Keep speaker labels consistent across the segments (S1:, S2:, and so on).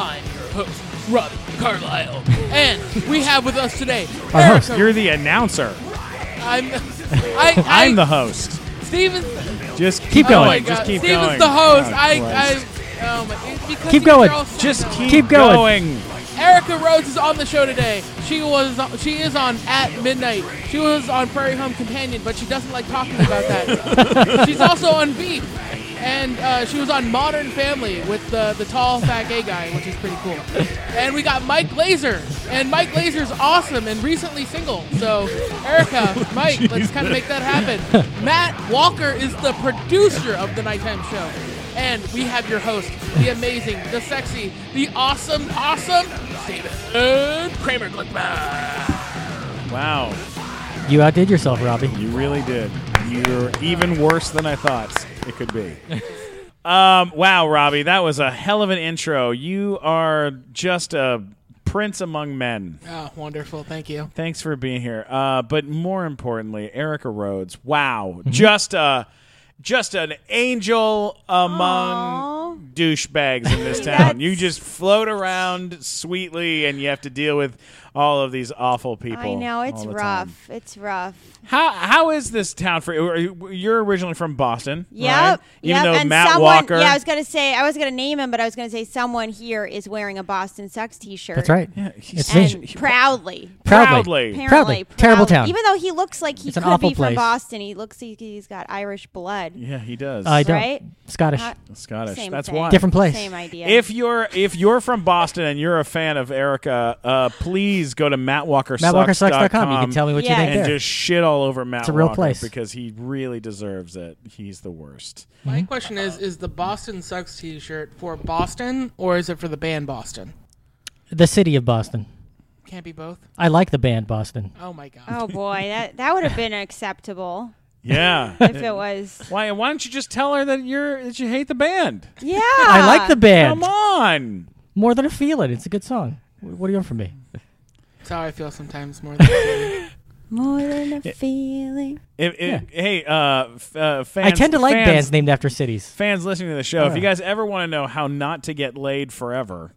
S1: host, Robbie Carlisle. And we have with us today,
S2: Our host.
S1: Erica-
S2: You're the announcer.
S1: I'm, I, I,
S2: I'm the host.
S1: Steven's,
S2: Just keep
S1: oh
S2: going.
S1: my God.
S2: Just keep
S1: Steven's
S2: going.
S1: the host.
S2: Oh,
S1: I,
S2: Christ.
S1: I, um, it- because these
S3: Keep
S1: are
S3: going.
S1: all so
S2: Just
S1: dumb.
S2: keep,
S3: Keep going.
S2: going.
S1: Erica Rhodes is on the show today. She was she is on at midnight. She was on Prairie Home Companion, but she doesn't like talking about that. She's also on Beat, and uh, she was on Modern Family with the the tall fat gay guy, which is pretty cool. And we got Mike Glazer, and Mike Glazer's awesome and recently single. So Erica, Mike, let's kind of make that happen. Matt Walker is the producer of the Nighttime Show. And we have your host, the amazing, the sexy, the awesome, awesome Steven Kramer Glickman.
S2: Wow.
S3: You outdid yourself, Robbie.
S2: You really did. You're even worse than I thought it could be. um, wow, Robbie, that was a hell of an intro. You are just a prince among men.
S1: Oh, wonderful. Thank you.
S2: Thanks for being here. Uh, but more importantly, Erica Rhodes. Wow,
S3: Mm-hmm.
S2: just a just an angel among douchebags in this town. you just float around sweetly, and you have to deal with all of these awful people.
S4: I know it's
S2: all the time.
S4: rough. It's rough.
S2: How how is this town for you? You're originally from Boston,
S4: Yep.
S2: right? Even
S4: yep.
S2: though
S4: and
S2: Matt
S4: someone,
S2: Walker,
S4: Yeah, I was gonna say I was gonna name him, but I was gonna say someone here is wearing a Boston Sox T-shirt.
S3: That's right.
S2: Yeah, he's-
S3: it's
S4: And
S3: me.
S4: proudly.
S2: proudly.
S4: Apparently,
S3: Proudly. Terrible
S4: proudly.
S3: town.
S4: Even though he looks like he
S3: It's an
S4: could
S3: awful
S4: be from
S3: place.
S4: Boston, he looks like he's got Irish blood.
S2: yeah, he does.
S3: I don't.
S4: Right?
S3: Scottish.
S4: Not-
S2: Scottish.
S4: Same
S2: That's
S4: thing.
S2: why.
S3: Different place.
S4: Same idea.
S2: If you're if you're from Boston and you're a fan of Erica, uh, please go to
S3: MattWalkerSucks.com. You can tell me what
S4: Yeah.
S3: you think
S2: and
S3: there.
S2: just shit all over Matt.
S3: a real
S2: Walker
S3: place.
S2: because he really deserves it. He's the worst.
S1: My question is Is the Boston Sucks t shirt for Boston or is it for the band Boston?
S3: the city of Boston.
S1: Can't be both.
S3: I like the band Boston.
S1: Oh, my God.
S4: oh boy, that that would have been acceptable
S2: Yeah.
S4: if it was.
S2: why why don't you just tell her that you're that you hate the band?
S4: Yeah.
S3: I like the band
S2: Come on.
S3: more than I feel it. It's a good song. Wh- What do you want from me?
S1: That's how I feel sometimes more than.
S4: more than a feeling.
S2: If, if, Hey, uh, f- uh, fans.
S3: I tend to like
S2: fans,
S3: bands named after cities.
S2: Fans listening to the show, if you guys ever want to know how not to get laid forever,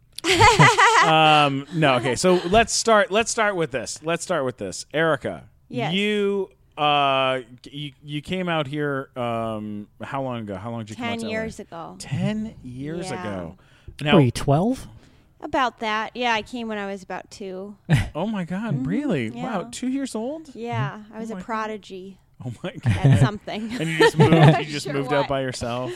S2: um, no, okay. So let's start. Let's start with this. Let's start with this. Erica,
S4: Yes.
S2: you, uh, you, you came out here. Um, how long ago? How long did you come out
S4: Ten
S2: to LA?
S4: years ago.
S2: Ten years
S4: Yeah.
S2: ago.
S3: What
S2: Now,
S3: Were you twelve?
S4: About that. Yeah, I came when I was about two.
S2: oh my god, really? Wow,
S4: Mm-hmm. yeah.
S2: two years old.
S4: Yeah, I was
S2: Mm-hmm. my
S4: a
S2: God.
S4: prodigy
S2: Oh my god.
S4: at something.
S2: And you just moved. You just
S4: Sure
S2: moved out
S4: what.
S2: by yourself.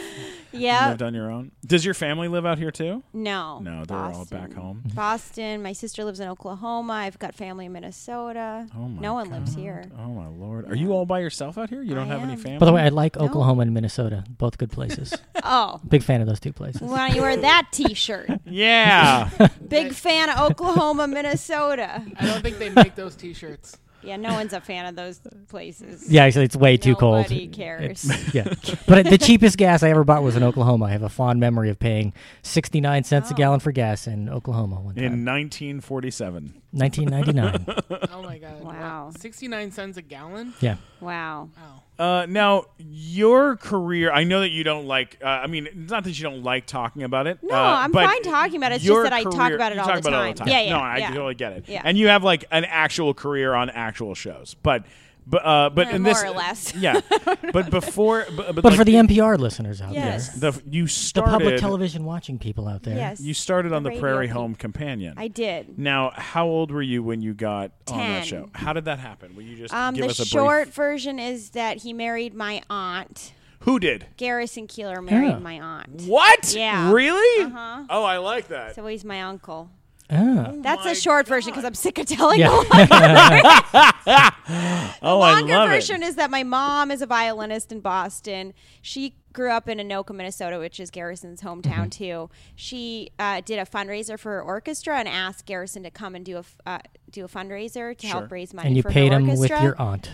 S4: yeah.
S2: Lived on your own. Does your family live out here too?
S4: No.
S2: No, they're all back home.
S4: Boston. My sister lives in Oklahoma. I've got family in Minnesota.
S2: Oh my
S4: no one lives here.
S2: Oh my lord! Are you all by yourself out here? You don't
S4: I
S2: have any
S4: am.
S2: family.
S3: By the way, I like Oklahoma and Minnesota. Both good places.
S4: Oh.
S3: Big fan of those two places.
S4: Why don't you wear that T-shirt?
S2: yeah,
S4: Big fan of Oklahoma, Minnesota.
S1: I don't think they make those t shirts.
S4: Yeah, no one's a fan of those places.
S3: Yeah, actually, it's way too cold.
S4: Nobody cares.
S3: It's- yeah, but the cheapest gas I ever bought was in Oklahoma. I have a fond memory of paying sixty-nine cents a
S4: Oh.
S3: gallon for gas in Oklahoma one time,
S2: in 1947.
S3: nineteen ninety-nine.
S1: Oh, my God.
S4: Wow.
S1: 69 cents a gallon? Oh.
S3: yeah,
S4: Wow.
S1: Wow.
S2: Uh, now your career. I know that you don't like. Uh, I mean, it's not that you don't like talking about it.
S4: No,
S2: uh,
S4: I'm
S2: but
S4: fine talking about it. It's just
S2: your
S4: that I talk
S2: career-
S4: about it
S2: you
S4: all
S2: talk
S4: the
S2: about it
S4: time. Yeah, yeah,
S2: no, I
S4: yeah.
S2: totally get it.
S4: Yeah.
S2: And you have like an actual career on actual shows, but. But uh, but
S4: Yeah,
S2: in this,
S4: more or less.
S2: yeah. But before, but, but
S3: but
S2: like,
S3: for the NPR listeners out
S4: Yes.
S3: there,
S2: the you
S3: the
S2: started
S3: public television watching people out there,
S4: Yes.
S2: You started on the,
S4: The radio
S2: Prairie
S4: people.
S2: Home Companion.
S4: I did.
S2: Now, how old were you when you got on that
S4: Ten.
S2: show? How did that happen? Will you just
S4: Um,
S2: give
S4: the
S2: us a
S4: short
S2: brief?
S4: version is that he married my aunt.
S2: Who did?
S4: Garrison Keeler married
S3: Yeah.
S4: my aunt.
S2: What?
S4: Yeah.
S2: Really?
S4: Uh-huh.
S2: Oh, I like that.
S4: So he's my uncle.
S3: Ah.
S4: That's
S2: my
S4: the short version because I'm sick of telling
S3: Yeah.
S4: the long-
S2: oh, I
S4: longer
S2: love it.
S4: version is that my mom is a violinist in Boston. She grew up in Anoka, Minnesota, which is Garrison's hometown
S3: Mm-hmm.
S4: too. She uh, did a fundraiser for her orchestra and asked Garrison to come and do a f- uh, do a fundraiser to
S2: Sure.
S4: help raise money.
S3: and you
S4: for her
S3: paid him with
S4: orchestra.
S3: your aunt.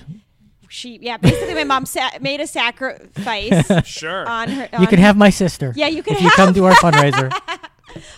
S4: She yeah, basically my mom sa- made a sacrifice
S2: Sure.
S4: on her.
S3: You can
S4: on- um,
S3: have my sister.
S4: Yeah, you can
S3: if you come to our fundraiser.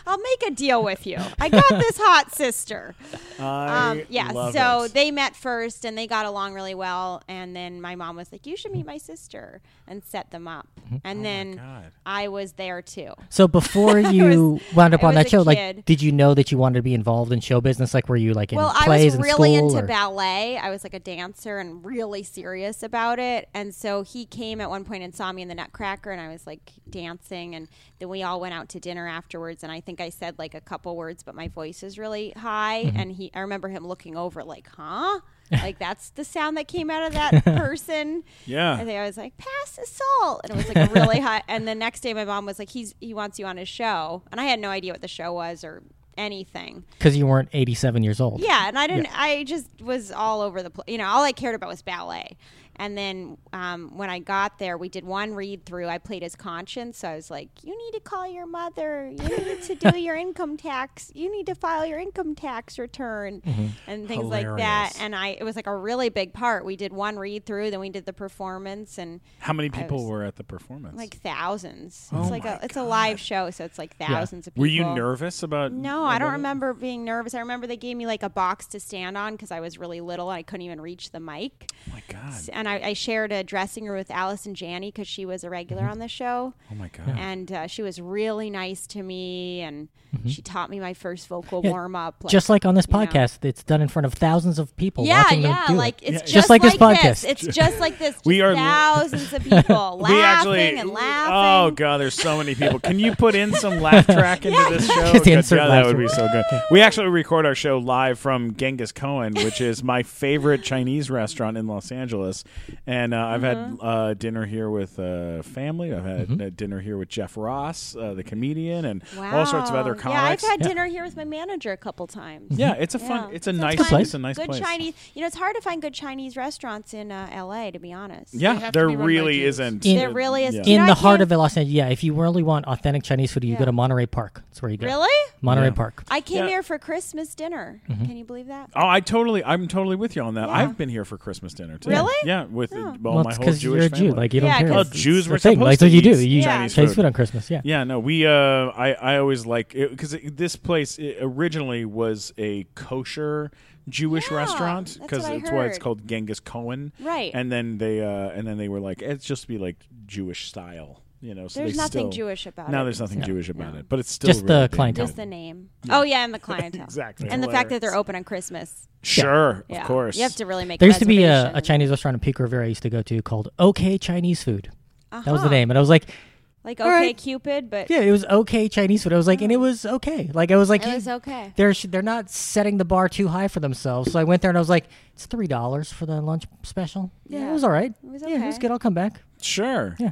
S4: I'll make a deal with you. I got this hot sister.
S2: I
S4: Um, yeah,
S2: love
S4: so
S2: it.
S4: they met first and they got along really well. And then my mom was like, You should meet my sister and set them up. And
S2: Mm-hmm. Oh God.
S4: then I was there too.
S3: So before you wound up
S4: I
S3: on
S4: was
S3: that
S4: a
S3: show, like,
S4: kid.
S3: did you know that you wanted to be involved in show business? Like, were you like in
S4: Well, I
S3: plays
S4: was
S3: in
S4: really
S3: school?
S4: into
S3: or-
S4: ballet. I was like a dancer and really serious about it. And so he came at one point and saw me in the Nutcracker, and I was like dancing. And then we all went out to dinner afterwards. And I think I said like a couple words, but my voice is really high.
S3: Mm-hmm.
S4: And he, I remember him looking over like, huh? like that's the sound that came out of that person.
S2: Yeah.
S4: And then I was like, pass the salt, and it was like really hot. And the next day, my mom was like, he's he wants you on his show, and I had no idea what the show was or anything.
S3: because you weren't 87 years old.
S4: Yeah, and I didn't. I just was all over the place. You know, all I cared about was ballet. And then um, when I got there, we did one read through. I played his conscience, so I was like, "You need to call your mother. You need to do your income tax. You need to file your income tax return, and things like that."
S2: Mm-hmm. Hilarious.
S4: And I, it was like a really big part. We did one read through, then we did the performance, and
S2: How many people
S4: was-
S2: were at the performance?
S4: like thousands.
S2: Oh
S4: it's like
S2: my
S4: a, it's a live show, so it's like thousands of people.
S2: were you nervous about?
S4: No, I
S2: about
S4: don't
S2: it?
S4: remember being nervous. I remember they gave me like a box to stand on because I was really little and I couldn't even reach the mic.
S2: Oh my god!
S4: And I, I shared a dressing room with Allison Janney because she was a regular on the show.
S2: Oh my god!
S4: And uh, she was really nice to me and she taught me my first vocal
S3: Yeah,
S4: warm up.
S3: Just like on this
S4: you know.
S3: podcast, it's done in front of thousands of people
S4: Yeah,
S3: watching them
S4: yeah.
S3: do
S4: Like
S3: it.
S4: it's
S2: Yeah.
S4: just,
S3: Just like this podcast.
S4: It's just like this.
S2: We
S4: just
S2: are-
S4: thousands of people laughing
S2: we actually.
S4: and
S2: Oh
S4: laughing.
S2: god! There's so many people. Can you put in some laugh track into this show?
S3: Just
S2: Good
S3: insert
S2: God,
S3: laugh
S2: that would be so
S3: track.
S2: good. We actually record our show live from Genghis Cohen, which is my favorite Chinese restaurant in Los Angeles. And uh, I've had
S4: Mm-hmm.
S2: uh, dinner here with uh, family. I've had uh, dinner here with Jeff Ross, uh, the comedian, and all sorts of other
S4: Yeah, I've
S2: comics.
S4: had dinner here with my manager a couple times.
S2: Yeah, it's a fun.
S4: Yeah.
S2: It's a
S4: It's a
S2: nice.
S4: fun-
S3: place.
S2: It's a nice
S4: good
S2: place.
S4: Chinese. You know, it's hard to find good Chinese restaurants in uh, L.A. To be honest.
S1: They
S2: Yeah,
S1: have to
S2: there
S1: be run by
S2: really
S1: Jews.
S2: isn't.
S3: In-
S4: There really is-
S2: Yeah.
S4: You
S3: in
S4: know,
S3: the
S4: I
S3: heart
S4: can't-
S3: of Los Angeles. Yeah, if you really want authentic Chinese food, you go
S4: Yeah.
S3: to Monterey Park. That's where you go.
S4: Really?
S3: Monterey
S2: Yeah.
S3: Park.
S4: I came
S2: Mm-hmm. Yeah.
S4: here for Christmas dinner. Can you believe that?
S2: Oh, I totally, I'm totally with you on that.
S4: Yeah.
S2: I've been here for Christmas dinner too.
S4: Really?
S2: Yeah, with
S4: Oh.
S2: well,
S3: well,
S2: my
S3: it's
S2: whole
S3: because
S2: Jewish
S3: you're a
S2: family.
S3: Jew. Like you don't
S4: Yeah,
S3: care.
S4: 'cause-
S2: Well,
S3: It's
S2: Jews
S3: the
S2: were
S3: thing. Like
S2: supposed
S3: so
S2: to
S3: you do.
S2: eat
S3: You eat
S4: Chinese
S3: Chinese,
S2: food.
S3: food. on Christmas. Yeah.
S2: Yeah, no, we. Uh, I I always like because this place i originally was a kosher Jewish
S4: Yeah,
S2: restaurant
S4: that's
S2: because
S4: what I
S2: that's why it's
S4: heard.
S2: called Genghis Cohen.
S4: Right.
S2: And then they uh, and then they were like, it's just be like Jewish style, you know. So
S4: There's
S2: they
S4: nothing
S2: still-
S4: Jewish about it.
S2: No, there's nothing Jewish about
S4: No.
S2: it, but it's still
S3: Just the
S2: really damn
S3: clientele.
S4: Just
S2: good.
S4: the name. Oh yeah, and the clientele.
S2: Exactly.
S4: And the fact that they're
S2: Hilarious.
S4: open on Christmas.
S2: Sure,
S4: Yeah.
S2: of course.
S4: You have to really make.
S3: There used to be uh, a,
S4: reservation.
S3: a Chinese restaurant in Pico Rivera I used to go to called OK Chinese Food. That was the name, and I was like,
S4: Uh-huh. Like
S3: All
S4: okay,
S3: right.
S4: Cupid, but
S3: yeah, it was OK Chinese food. I was like, and it was okay. Like I was like,
S4: It was okay.
S3: They're sh- they're not setting the bar too high for themselves. So I went there and I was like, it's three dollars for the lunch special. Yeah, it
S4: Yeah.
S3: was all right.
S4: It was
S3: Yeah, it was
S4: okay.
S3: good. I'll come back.
S2: Sure.
S3: Yeah.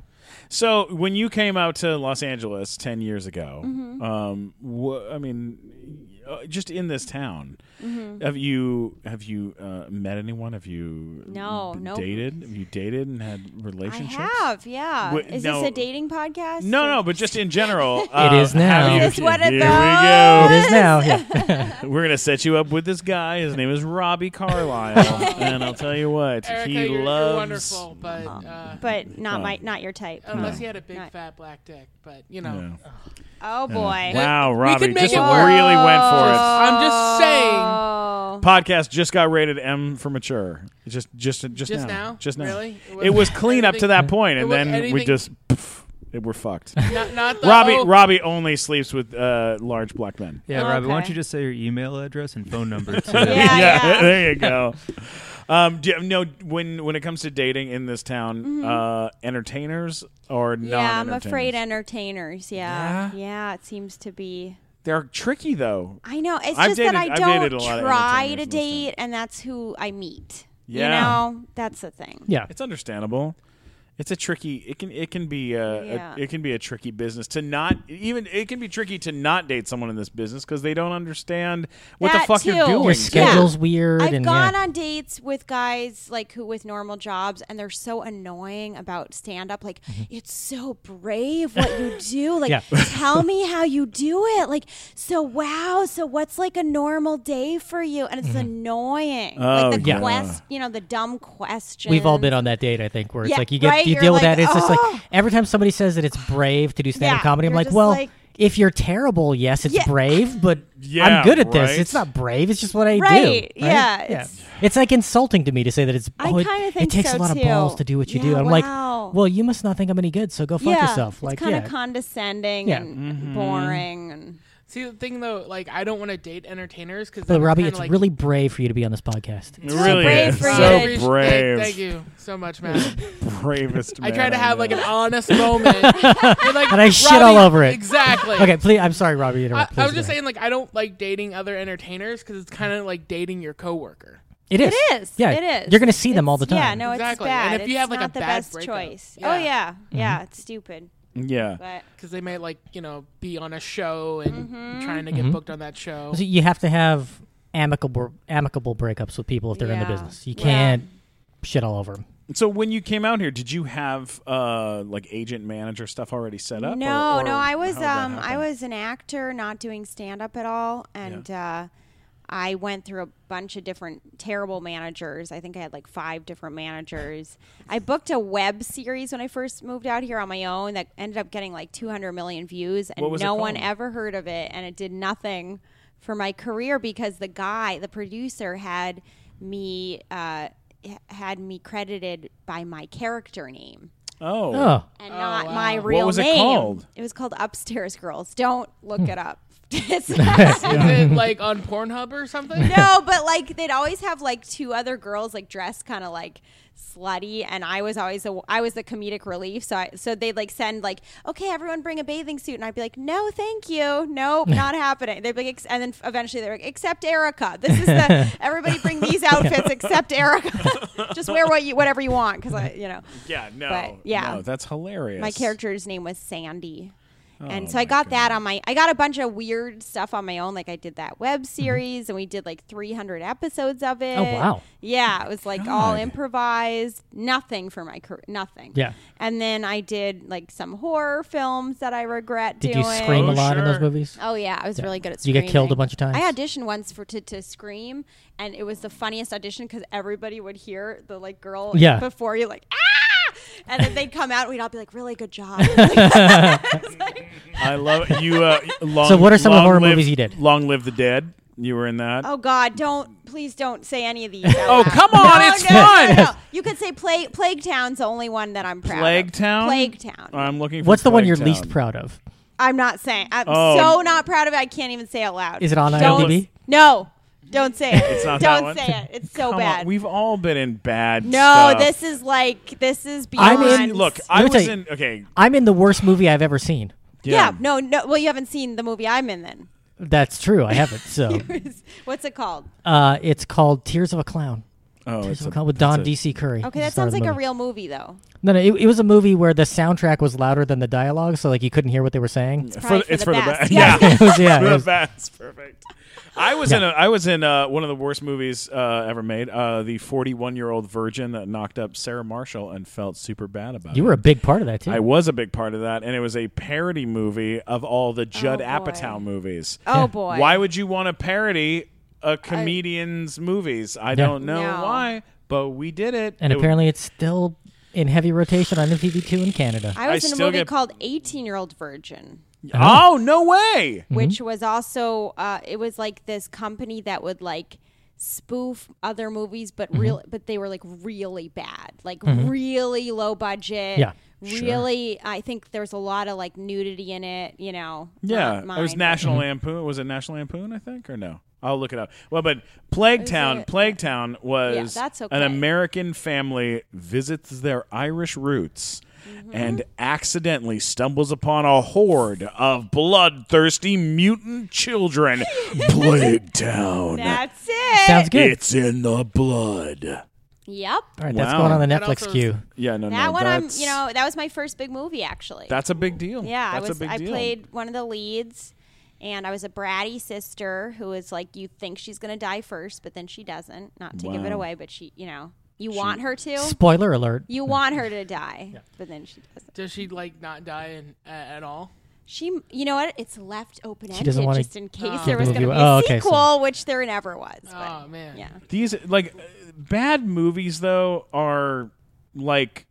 S2: So when you came out to Los Angeles ten years ago, um, wha- I mean, uh, just in this town, have you have you uh, met anyone? Have you
S4: No,
S2: b-
S4: no.
S2: dated? Have you dated and had
S4: I
S2: relationships?
S4: have. Yeah.
S2: Wait,
S4: is
S2: no.
S4: this a dating podcast?
S2: No, no, but just in general, uh,
S3: is now.
S2: have you-
S4: Is this one
S2: here
S4: of
S3: It
S2: we
S3: is now. Yeah.
S2: go. We're gonna set you up with this guy. His name is Robbie Carlisle, and I'll tell you what,
S1: Erica,
S2: he
S1: you're, you're
S2: loves.
S1: wonderful, but uh,
S4: Oh.
S1: Oh,
S4: But not my, not your type.
S1: unless he had a big
S4: Not-
S1: fat black dick. But you know,
S2: Yeah.
S4: Oh boy.
S2: Wow,
S1: We could
S2: Robbie
S1: make
S2: just
S1: it
S2: really
S1: work.
S2: went for it.
S1: I'm just saying.
S4: Oh.
S2: podcast just got rated M for mature. Just just just,
S1: Just
S2: now.
S1: now?
S2: Just now.
S1: Really?
S2: It was, clean up to that point,
S1: it
S2: and
S1: was
S2: then we
S1: anything-
S2: just pff, it- we're fucked.
S1: Not, not the
S2: Robbie
S1: oh,
S2: Robbie only sleeps with uh, large black men.
S5: Yeah, Robbie, why don't
S4: Oh, Okay.
S5: you just say your email address and phone number too?
S4: Yeah, yeah.
S2: there you go. Um, do you, no, when when it comes to dating in this town, uh, entertainers or
S4: Yeah, I'm
S2: non-entertainers?
S4: afraid entertainers.
S2: Yeah?
S4: Yeah. yeah, it seems to be.
S2: they're tricky though.
S4: I know. It's
S2: I've
S4: just that
S2: dated-
S4: I
S2: I've
S4: don't
S2: dated a lot of entertainers
S4: try to
S2: in this town.
S4: date, and that's who I meet.
S2: Yeah.
S4: You know, that's the thing.
S3: yeah.
S2: It's understandable. It's a tricky. It can it can be uh, a,
S4: Yeah.
S2: it can be a tricky business to not even. It can be tricky to not date someone in this business because they don't understand what the
S4: That
S2: fuck you're
S4: too.
S2: doing.
S4: Your
S3: Schedule's weird.
S4: I've
S3: and
S4: gone
S3: yeah.
S4: on dates with guys like who with normal jobs, and they're so annoying about stand up. Like, it's so brave what you do. Like,
S3: Mm-hmm. Yeah.
S4: tell me how you do it. Like, so wow. So what's like a normal day for you? And it's
S3: Mm-hmm.
S4: annoying.
S2: Oh,
S4: like the
S2: Yeah.
S4: quest, you know, the dumb question.
S3: We've all been on that date, I think, where it's
S4: Yeah,
S3: like you get
S4: right?
S3: you
S4: You're
S3: deal with
S4: like,
S3: that. It's just
S4: "Oh."
S3: like every time somebody says that it's brave to do stand-up
S4: Yeah,
S3: comedy, I'm
S4: you're
S3: like,
S4: just
S3: well,
S4: like-
S3: if you're terrible, yes, it's
S4: Yeah.
S3: brave, but
S2: Yeah,
S3: I'm good at this.
S2: right.
S3: It's not brave. It's just what I do.
S4: Right, yeah, it's-
S3: It's, like insulting to me to say that it's.
S4: I
S3: oh, it-
S4: kinda
S3: it
S4: think
S3: takes
S4: so,
S3: a lot
S4: too.
S3: of balls to do what you do.
S4: Yeah,
S3: I'm
S4: wow.
S3: like, well, you must not think I'm any good, so go fuck
S4: yeah,
S3: yourself. Like,
S4: it's kind
S3: yeah.
S4: of condescending
S3: Yeah.
S4: and
S1: Mm-hmm.
S4: boring. And
S1: See the thing though, like I don't want to date entertainers because
S3: but Robbie,
S1: kinda,
S3: it's
S1: like,
S3: really brave for you to be on this podcast.
S2: It
S4: so
S2: really
S4: brave
S2: is.
S4: for
S1: Robbie,
S2: so
S4: you to-
S1: appreciate-
S2: brave.
S1: Thank you so much, man.
S2: Bravest
S1: I
S2: man
S1: try to have
S2: know.
S1: like an honest moment, and, like,
S3: And I shit all
S1: Robbie-
S3: over it.
S1: Exactly.
S3: Okay, please. I'm sorry, Robbie. to
S1: I,
S3: Interrupt,
S1: I was
S3: please
S1: just
S3: go ahead.
S1: saying, like, I don't like dating other entertainers because it's kind of like dating your coworker.
S3: It is.
S4: it is.
S3: Yeah,
S4: it is.
S3: You're gonna see them
S4: It's-
S3: all the time.
S4: Yeah, no, it's
S1: Exactly.
S4: bad.
S1: And if you
S4: It's
S1: have, like, a
S4: not the
S1: bad
S4: best
S1: breakup.
S4: choice.
S1: Yeah.
S4: Oh yeah,
S3: Mm-hmm.
S4: yeah, it's stupid.
S2: Yeah.
S4: But
S1: because they may like you know be on a show and
S4: Mm-hmm.
S1: trying to get
S3: Mm-hmm.
S1: booked on that show.
S3: So you have to have amicable amicable breakups with people if they're in the
S4: Yeah.
S3: business. You
S4: Yeah.
S3: can't shit all over them.
S2: So when you came out here, did you have uh like agent manager stuff already set up?
S4: No,
S2: or- or
S4: no, I was
S2: how did that
S4: um I
S2: happen?
S4: was an actor not doing stand up at all and uh I went through a bunch of different terrible managers. I think I had like five different managers. I booked a web series when I first moved out here on my own that ended up getting like 200 million views, and
S2: What was it
S4: no one
S2: called?
S4: ever heard of it. And it did nothing for my career because the guy, the producer, had me uh, h- had me credited by my character name
S2: Oh.
S3: Oh,
S4: and not
S1: wow.
S4: my
S1: What
S4: real
S2: was it
S4: name.
S2: called? Hmm.
S4: It was called Upstairs Girls. Don't look it up. It's-
S1: Is it like on Pornhub or something?
S4: no, but like they'd always have like two other girls like dressed kind of like slutty, and I was always the I was the comedic relief. So I so they'd like send like okay, everyone bring a bathing suit, and I'd be like, no, thank you, nope, not happening. They'd be like, ex- and then eventually they're like, except Erica. This is the everybody bring these outfits except Erica. Just wear what you whatever you want because I you know.
S2: Yeah, no.
S4: But, yeah.
S2: No, that's hilarious.
S4: My character's name was Sandy.
S3: Oh
S4: and so I got that on my I got a bunch of weird stuff on my own like I did that
S3: Mm-hmm.
S4: web series and we did like 300 episodes of it.
S3: Oh, wow.
S4: Yeah, it was like all
S2: God.
S4: improvised, nothing for my career, nothing.
S3: Yeah.
S4: And then I did like some horror films that I regret
S3: did
S4: doing.
S3: you scream
S2: Oh,
S3: a lot in those
S2: sure.
S3: movies?
S4: Oh yeah, I was really good at
S3: Did you
S4: screaming.
S3: get killed a bunch of times?
S4: I auditioned once for to, to scream, and it was the funniest audition because everybody would hear the like girl
S3: Yeah.
S4: before you like ah, and then they'd come out, and we'd all be like, "Really good job." It's like-
S2: I love you. Uh, long,
S3: So what are some of the
S2: long
S3: horror
S2: live-
S3: movies you did?
S2: Long Live the Dead. You were in that.
S4: oh God, don't please don't say any of these. out
S2: Oh,
S4: loud.
S2: come on, it's fun.
S4: You could say Pla- Plague Town's the only one that I'm proud.
S2: Plague
S4: of.
S2: Town? Um,
S4: Plague Town.
S2: I'm looking for
S3: What's the one
S2: Plague
S3: you're
S2: Town.
S3: least proud of?
S4: I'm not saying. I'm
S2: Oh.
S4: so not proud of it. I can't even say it out loud.
S3: Is it on
S4: Don't-
S3: IMDb?
S4: No, don't say it.
S2: It's not that
S4: don't
S2: one?
S4: say it. It's so
S2: Come on,
S4: bad.
S2: We've all been in bad
S4: No,
S2: stuff.
S4: this is like this is
S3: I
S4: beyond.
S3: mean,
S2: I mean, look, I
S3: Let me
S2: was
S3: tell
S2: in. Okay.
S3: I'm in the worst movie I've ever seen.
S4: yeah. no, no. Well, you haven't seen the movie I'm in. Then
S3: That's true. I haven't. So
S4: what's it called?
S3: uh, it's called Tears of a Clown.
S2: Oh,
S3: Tears
S2: it's
S3: of
S2: a,
S3: a Clown with
S2: it's
S3: Don
S2: a-
S3: D.C. Curry.
S4: Okay,
S3: It's
S4: that
S3: the star of the
S4: sounds like a
S3: movie.
S4: real movie though.
S3: No, no, it, it was a movie where the soundtrack was louder than the dialogue, so like you couldn't hear what they were saying.
S2: for
S4: Probably
S2: the- it's
S4: for
S2: for
S4: the
S2: the best.
S4: best.
S2: Yeah.
S3: It was- yeah, it
S2: the
S3: was-
S2: best. Perfect. I was in a, I was in uh, one of the worst movies uh, ever made. Uh, the 41 year old virgin that knocked up Sarah Marshall and felt super bad about
S3: you
S2: it.
S3: were a big part of that too.
S2: I was a big part of that, and it was a parody movie of all the Judd
S4: boy.
S2: Apatow movies.
S4: Oh boy.
S2: Why would you want to parody a comedian's movies? I don't know
S4: No.
S2: why, but we did it.
S3: and
S2: It-
S3: apparently, it's still in heavy rotation on MTV Two in Canada.
S4: I was
S2: I
S4: in a
S2: still
S4: movie
S2: get-
S4: called 18 Year Old Virgin,
S2: oh no way!
S4: which was also uh, it was like this company that would like spoof other movies, but
S2: Mm-hmm.
S4: real, but they were like really bad, like really low budget.
S3: Yeah.
S4: Really, I think there's a lot of like nudity in it. You know.
S2: Yeah,
S4: not
S2: it was
S4: mine, but-
S2: National Lampoon. Was it National Lampoon? I think or no? I'll look it up. Well, but Plague Town,
S4: it-
S2: Plague Town was
S4: Yeah, that's
S2: an
S4: okay.
S2: American family visits their Irish roots
S4: Mm-hmm.
S2: and accidentally stumbles upon a horde of bloodthirsty mutant children. Plague Town.
S4: That's it.
S3: Sounds good.
S2: It's in the blood.
S4: Yep.
S3: All right, that's
S2: Wow.
S3: going on the
S1: That
S3: Netflix
S1: also-
S3: queue.
S2: Yeah, no,
S4: That
S2: no,
S4: one, I'm,
S2: that's,
S4: you know, that was my first big movie actually.
S2: that's a big deal.
S4: yeah, I
S2: that's
S4: was,
S2: a big
S4: I
S2: deal.
S4: played one of the leads, and I was a bratty sister who is like, you think she's gonna die first, but then she doesn't. Not to give it
S2: Wow.
S4: away, but she, you know, you want her to,
S3: Spoiler alert.
S4: you want her to die, but then she doesn't.
S1: Does she like not die in, a- at all?
S4: She, you know what? It's left open ended,
S3: doesn't wanna
S4: just in case
S1: give
S4: there was
S3: the
S4: gonna be
S3: movie
S4: a
S3: away. Oh, okay, so-
S4: sequel, which there never was. But
S1: Oh man.
S4: yeah.
S2: These like uh, bad movies though are like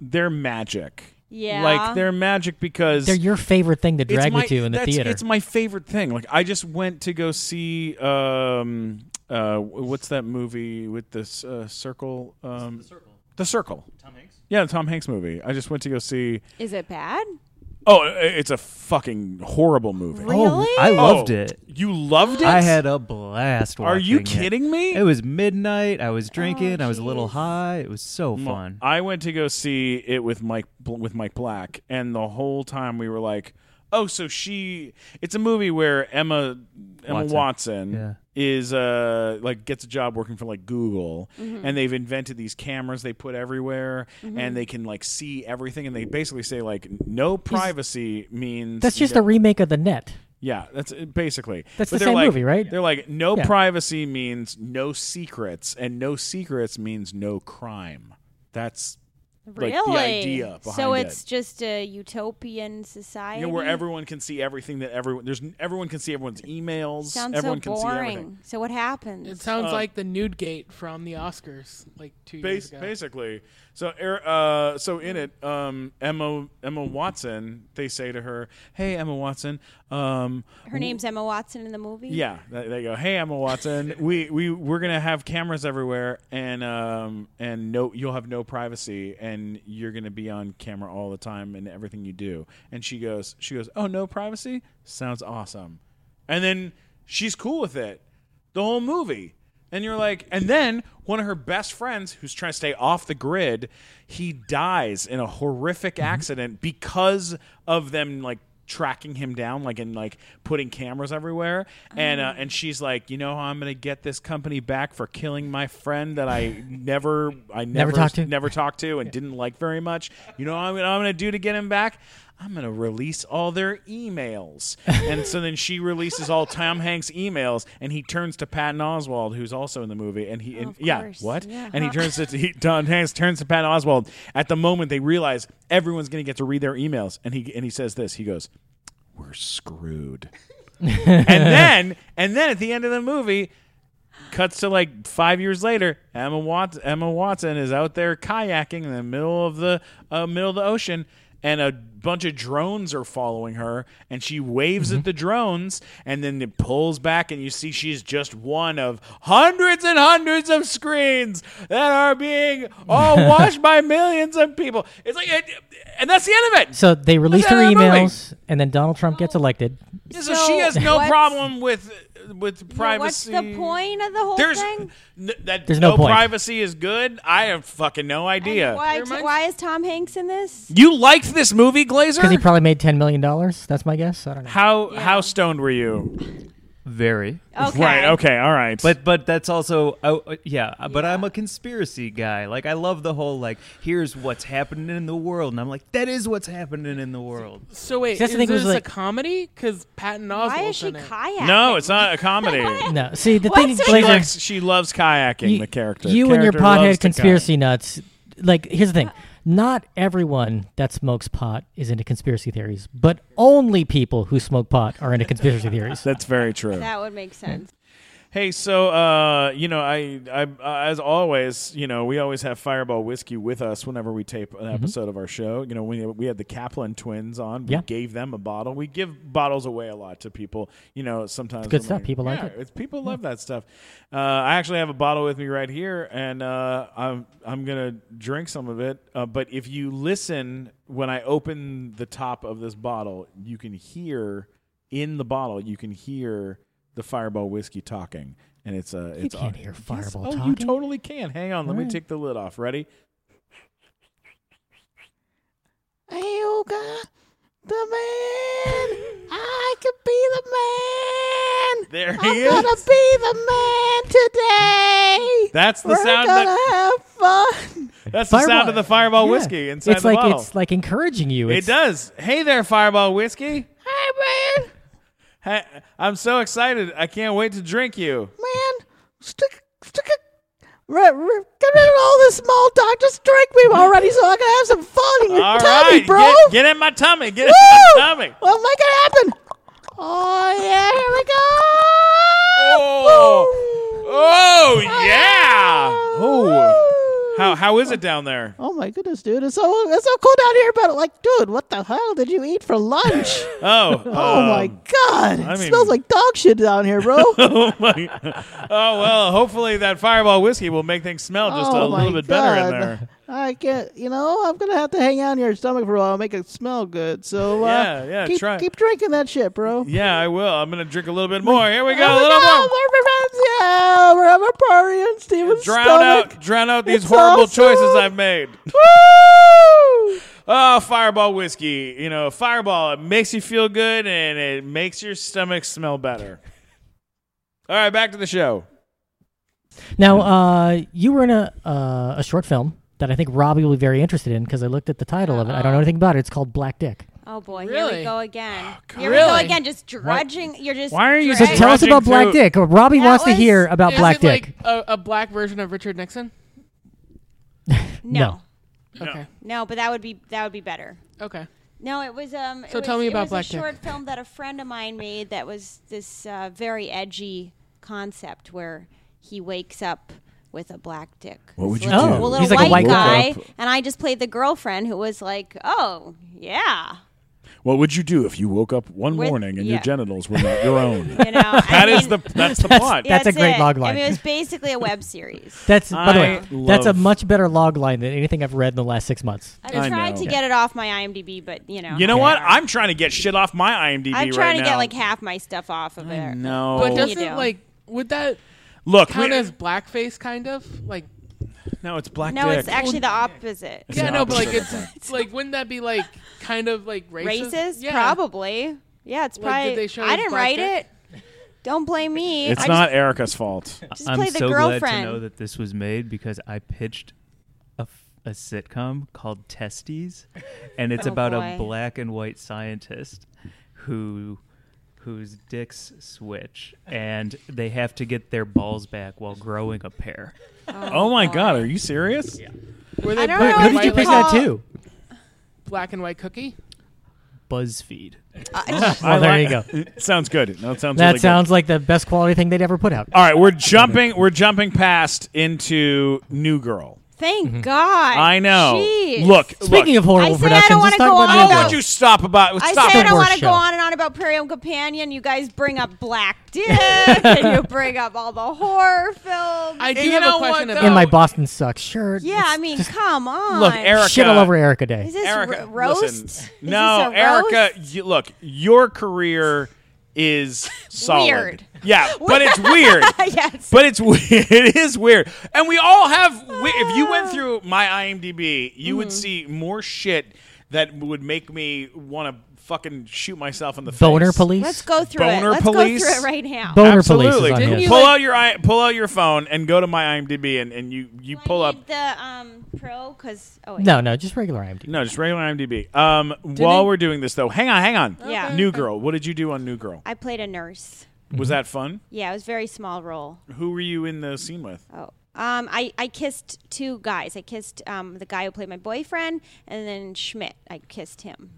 S2: they're magic.
S4: Yeah.
S2: Like they're magic because
S3: They're your favorite thing to
S2: it's
S3: drag
S2: my-
S3: me to in the
S2: that's-
S3: theater.
S2: It's my favorite thing. Like I just went to go see um uh what's that movie with this uh, circle um the circle. The Circle. Tom Hanks. Yeah, the Tom Hanks movie. I just went to go see.
S4: Is it bad?
S2: Oh, i- it's a fucking horrible movie.
S4: Really?
S5: I
S2: Oh,
S5: loved it.
S2: You loved it.
S5: I had a blast.
S2: Are you
S5: watching it.
S2: kidding me?
S5: It was midnight. I was drinking. I was a little
S4: Oh, jeez.
S5: high. It was so
S2: Well,
S5: fun.
S2: I went to go see it with Mike Bl- with Mike Black, and the whole time we were like, "Oh, so she." It's a movie where Emma Emma Watson,
S5: Watson. Yeah.
S2: is uh like gets a job working for like Google, and they've invented these cameras they put everywhere, and they can like see everything, and they basically say like, "No privacy means
S3: That's just
S2: no-
S3: a remake of the net.
S2: yeah, that's it, basically.
S3: That's
S2: But
S3: the
S2: they're
S3: same
S2: like-
S3: movie, right?
S2: They're like, no
S3: Yeah.
S2: privacy means no secrets, and no secrets means no crime. That's
S4: Really?
S2: like the idea behind
S4: so
S2: it.
S4: it's just a utopian society.
S2: you know, where everyone can see everything that everyone there's everyone can see everyone's emails.
S4: sounds
S2: everyone
S4: so
S2: can see everything.
S4: boring. So what happens?
S1: It sounds like the nude gate from the Oscars, like two years
S2: Bas-
S1: ago.
S2: basically, so er- uh, so in it, um, Emma Emma Watson. They say to her, "Hey, Emma Watson, um,
S4: Her name's Emma Watson in the movie.
S2: Yeah, th- they go, "Hey, Emma Watson, we we we're gonna have cameras everywhere, and um and no, you'll have no privacy, and you're gonna be on camera all the time in everything you do." And she goes, she goes, "Oh, no privacy? Sounds awesome." And then she's cool with it, the whole movie. And you're like, and then one of her best friends, who's trying to stay off the grid, he dies in a horrific
S3: Mm-hmm.
S2: accident because of them like tracking him down, like and like putting cameras everywhere. And uh, and she's like, you know, how I'm gonna get this company back for killing my friend that I never, I never,
S3: talked to?
S2: never talked to, and didn't like very much. You know, what I'm, what I'm gonna do to get him back. I'm gonna release all their emails, and so then she releases all Tom Hanks' emails, and he turns to Patton Oswald, who's also in the movie, and he, and,
S4: of
S2: yeah,
S4: course.
S2: what?
S4: Yeah.
S2: And he turns to he, Tom Hanks turns to Patton Oswald. At the moment, they realize everyone's gonna get to read their emails, and he and he says this. He goes, "We're screwed." and then and then at the end of the movie cuts to like five years later emma, Wat- emma watson is out there kayaking in the middle of the uh, middle of the ocean and a bunch of drones are following her and she waves at the drones and then it pulls back and you see she's just one of hundreds and hundreds of screens that are being all watched by millions of people it's like it, and that's the end of it
S3: So they released
S2: that
S3: their
S2: in the movie?
S3: emails, and then Donald Trump gets elected.
S2: so, she has no
S4: what's-
S2: problem with with
S4: Yeah,
S2: privacy
S4: What's the point of the whole
S2: There's
S4: thing?
S2: n- that
S3: There's
S2: no,
S3: no point.
S2: privacy is good. I have fucking no idea.
S4: Why,
S1: It reminds-
S4: why is Tom Hanks in this?
S2: You liked this movie, Glazer?
S3: Because he probably made ten million dollars. That's my guess. I don't know.
S2: how how stoned were you?
S5: Very.
S4: Okay.
S2: Right. Okay. All right.
S5: But but that's also oh uh, yeah, But I'm a conspiracy guy. Like I love the whole like here's what's happening in the world, and I'm like that is what's happening in the world.
S1: So wait,
S3: That's
S1: is
S3: the thing, it was
S1: this
S3: like-
S1: a comedy? Because Patton Oswalt.
S4: Why is she
S1: in it.
S4: kayaking?
S2: no, it's not a comedy.
S3: No, see the
S4: What's
S3: thing,
S4: it-
S2: she,
S3: Glazer,
S2: likes, she loves kayaking.
S3: you,
S2: the character.
S3: you and your
S2: Character loves
S3: pothead
S2: to kayak.
S3: conspiracy nuts. Like here's the thing: not everyone that smokes pot is into conspiracy theories, but only people who smoke pot are into conspiracy theories.
S2: That's very true.
S4: That would make sense.
S2: Hey, so uh, you know, I, I uh, as always, you know, we always have Fireball whiskey with us whenever we tape
S3: Mm-hmm.
S2: an episode of our show. You know, we we had the Kaplan twins on. We
S3: Yeah.
S2: gave them a bottle. We give bottles away a lot to people. You know, sometimes
S3: good
S2: when
S3: stuff.
S2: we-
S3: People like
S2: yeah,
S3: it.
S2: It's, people love that stuff. Uh, I actually have a bottle with me right here, and uh, I'm I'm gonna drink some of it. Uh, but if you listen when I open the top of this bottle, you can hear in the bottle. You can hear the Fireball whiskey talking, and it's uh,
S3: you
S2: it's
S3: can't
S2: au-
S3: hear
S2: Yes.
S3: Fireball
S2: oh,
S3: talking.
S2: you totally can. Hang on, let me
S3: Alright.
S2: take the lid off. Ready? the man. I could be the man. There he is.
S6: be the man today.
S2: That's the
S6: We're
S2: sound.
S6: gonna
S2: That,
S6: have fun.
S2: that's the sound of the Fireball
S3: Yeah.
S2: whiskey inside
S3: it's
S2: the
S3: like
S2: bottle.
S3: it's like encouraging you.
S2: it
S3: It's,
S2: does. Hey there, Fireball whiskey.
S6: Hey, man,
S2: Hey, I'm so excited. I can't wait to drink you.
S6: man, stick, stick it. Re, re, get rid of all this small talk. Just drink me already, so I can have some fun in your
S2: All right,
S6: tummy, bro.
S2: Get, get in my tummy. Get in
S6: Woo!
S2: my tummy.
S6: Well, make it happen. Oh yeah, here we go. Oh,
S2: Oh, oh yeah. Oh, How how is it down there?
S6: Oh my goodness, dude! It's so it's so cool down here, but like, dude, what the hell did you eat for lunch?
S2: Oh,
S6: oh my
S2: um,
S6: god! It
S2: I mean-
S6: smells like dog shit down here, bro.
S2: Oh my! Oh well. Hopefully that fireball whiskey will make things smell just
S6: oh
S2: a little
S6: my
S2: bit better in
S6: God.
S2: there.
S6: I can't. You know, I'm gonna have to hang out in your stomach for a while, make it smell good. So uh,
S2: Yeah, yeah,
S6: keep,
S2: try-
S6: keep drinking that shit, bro.
S2: Yeah, I will. I'm gonna drink a little bit more. Here we go.
S6: Oh
S2: a
S6: my
S2: little more.
S6: God, we're friends, yeah, we're having a party in Steven's
S2: drown
S6: stomach.
S2: out drown out these
S6: It's
S2: horrible
S6: awesome.
S2: choices I've made.
S6: Woo!
S2: Oh, fireball whiskey. You know, fireball, it makes you feel good and it makes your stomach smell better. All right, back to the show.
S3: Now, uh, you were in a uh, a short film that I think Robbie will be very interested in because I looked at the title of it. I don't know anything about it. It's called Black Dick.
S4: Oh boy, here
S1: Really?
S4: we go again. here we go
S1: Really?
S4: again. Just drudging. You're just.
S2: Ah, Why are you
S3: So
S2: Hey,
S4: drudging-
S3: tell us
S2: Roger,
S3: about Black
S2: so-
S3: Dick. Or Robbie
S4: That
S3: wants to
S4: was-
S3: hear about
S1: Is
S3: Black
S1: it
S3: Dick.
S1: like a, a black version of Richard Nixon?
S4: No,
S1: Okay.
S4: no, but that would be that would be better.
S1: Okay.
S4: No, it was um. it
S1: So
S4: was-
S1: tell me
S4: it
S1: about
S4: was
S1: Black
S4: a
S1: Dick.
S4: short film that a friend of mine made that was this uh, very edgy concept where he wakes up with a black dick. What
S2: would you
S4: little,
S3: do?
S4: A little
S3: He's like a white
S4: white, guy,
S3: guy.
S4: and I just played the girlfriend who was like, "Oh yeah,"
S2: What would you do if you woke up one
S4: With- morning and your yeah.
S2: genitals were not your own?
S4: you know.
S2: That
S4: I
S2: is
S4: mean,
S2: the that's the plot.
S4: yeah,
S3: That's a great
S4: it.
S3: log line.
S4: I mean, it was basically a web series.
S3: That's by the
S2: I
S3: way, that's a
S2: love-
S3: much better log line than anything I've read in the last six months.
S4: I
S2: I
S4: tried to
S2: know.
S4: get it off my IMDb, but you know.
S2: You know what? I'm trying to get shit off my IMDb
S4: I'm
S2: right
S4: trying to
S2: now.
S4: get like half my stuff off of there.
S2: no.
S1: But
S4: does-
S1: doesn't
S4: do.
S1: like would that
S2: Look, we,
S1: count as blackface? Kind of like
S2: no, it's black
S4: No,
S2: dick.
S4: it's actually the opposite.
S1: yeah,
S2: the
S1: no, but like
S2: opposite of
S1: it's, it's like wouldn't that be like kind of like racist?
S4: Racist,
S1: Yeah.
S4: probably. Yeah, it's
S1: Like,
S4: probably.
S1: did they show
S4: I
S1: his
S4: didn't
S1: black
S4: write
S1: dick?
S4: it. Don't blame me.
S2: it's
S4: I
S2: not Erica's fault.
S4: Just, just
S5: I'm
S4: play the
S5: so glad to
S4: girlfriend.
S5: know that this was made because I pitched a, f- a sitcom called Testes, and it's
S4: Oh,
S5: about
S4: boy.
S5: a black and white scientist who whose dicks switch and they have to get their balls back while growing a pair.
S2: Oh my god, are you serious?
S1: Were they
S4: I don't
S1: black
S4: know
S1: and
S4: if
S3: Who did you
S1: white,
S3: pick
S1: like,
S3: that too?
S1: Black and white cookie.
S5: BuzzFeed.
S3: Well, there you go.
S2: sounds good. No, it sounds really
S3: That
S2: good.
S3: sounds like the best quality thing they'd ever put out.
S2: All right, we're jumping. We're jumping past into New Girl.
S4: Thank God.
S2: Mm-hmm. I know.
S4: Jeez.
S2: Look,
S3: Speaking
S2: look,
S3: of horrible
S4: I said I don't
S3: productions,
S4: wanna
S3: let's talk
S4: go
S3: about
S4: on
S3: New
S2: how
S4: about-
S3: Girl.
S2: would you stop about?
S4: I
S2: Stop
S4: say I
S2: it.
S4: don't
S3: worst
S4: want to go
S3: show.
S4: on and on about Prairie Home Companion. You guys bring up Black Dick, and you bring up all the horror films.
S1: I do
S2: you
S1: have
S2: know
S1: a question
S2: what,
S1: about
S3: in my Boston sucks shirt.
S4: yeah, I mean, come on.
S2: Look, Erica.
S3: Shit all over Erica Day.
S4: Is this
S2: Erica,
S4: ro- roast?
S2: listen.
S4: Is
S2: no,
S4: this a
S2: Erica.
S4: roast?
S2: You, look, your career is solid.
S4: Weird.
S2: Yeah, but it's weird.
S4: yes.
S2: But it's weird. It is weird. And we all have. We- if
S4: Ah.
S2: you went through my IMDb, you
S4: Mm-hmm.
S2: would see more shit that would make me want to fucking shoot myself in the
S3: Boner
S2: face.
S3: police.
S4: Let's go through
S2: Boner
S4: it. Let's
S2: police?
S4: go through it right now.
S3: Boner police.
S2: Absolutely.
S3: Is on
S1: Didn't
S3: here.
S1: you,
S2: pull
S1: like-
S2: out your i- pull out your phone and go to my IMDb and, and you you
S4: Do I
S2: pull
S4: need
S2: up
S4: the um, pro because oh wait.
S3: No, no, just regular IMDb.
S2: no just regular IMDb. Um, while
S1: it-
S2: we're doing this though, hang on, hang on.
S4: Yeah. Mm-hmm. Okay.
S2: New Girl. What did you do on New Girl?
S4: I played a nurse.
S2: Was that fun?
S4: Yeah, it was a very small role.
S2: Who were you in the scene with?
S4: Oh, um, I, I kissed two guys. I kissed um, the guy who played my boyfriend, and then Schmidt. I kissed him.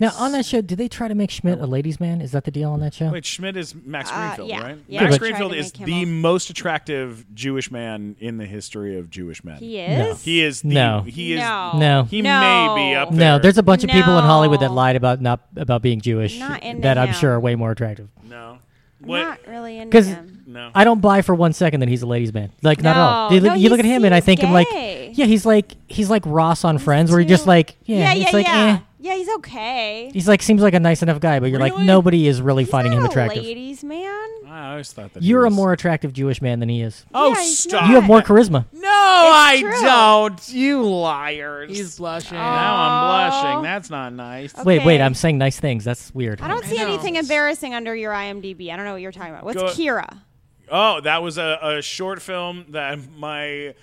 S3: Now on that show, did they try to make Schmidt a ladies' man? Is that the deal on that show?
S2: Wait, Schmidt is Max
S4: Uh,
S2: Greenfield,
S4: yeah.
S2: right?
S4: Yeah,
S2: Max
S4: they tried to
S2: Greenfield is
S4: make him
S2: the
S4: all-
S2: most attractive Jewish man in the history of Jewish men.
S4: He is.
S2: He is the
S3: No.
S2: he is
S4: No.
S3: No.
S2: he
S4: No.
S2: may be up there.
S3: No, there's a bunch of people in Hollywood that
S4: No.
S3: lied about not about being Jewish
S4: Not into
S3: that I'm
S4: him.
S3: sure are way more attractive.
S2: No.
S4: I'm
S2: What
S4: Not really into
S3: 'Cause-
S4: him.
S2: no.
S3: I don't buy for one second that he's a ladies' man. Like not at all.
S4: No.
S3: You,
S4: No,
S3: you look at
S4: he
S3: him and I
S4: seems
S3: think I'm like,
S4: gay.
S3: yeah, he's like he's like Ross on Friends, where you're just
S4: too-
S3: like, yeah,
S4: yeah, yeah,
S3: it's like,
S4: yeah.
S3: eh.
S4: Yeah, he's okay.
S3: He's like seems like a nice enough guy, but you're like
S2: Really?
S3: nobody is really
S4: He's
S3: finding
S4: not
S3: him
S4: a
S3: attractive.
S4: Ladies, man.
S2: I always thought that he
S3: You're a
S2: was-
S3: more attractive Jewish man than he is.
S2: Oh
S4: Yeah, he's
S2: stop.
S4: not.
S3: You have more charisma.
S2: No, I
S4: true.
S2: don't. You liars.
S1: He's blushing.
S2: now I'm blushing.
S4: Oh.
S2: That's not nice.
S3: Wait, wait,
S4: Okay.
S3: I'm saying nice things. That's weird.
S4: I don't see
S1: know.
S4: anything embarrassing under your IMDb. I don't know what you're talking about. What's
S2: Go-
S4: Kira?
S2: Oh, that was a, a short film that my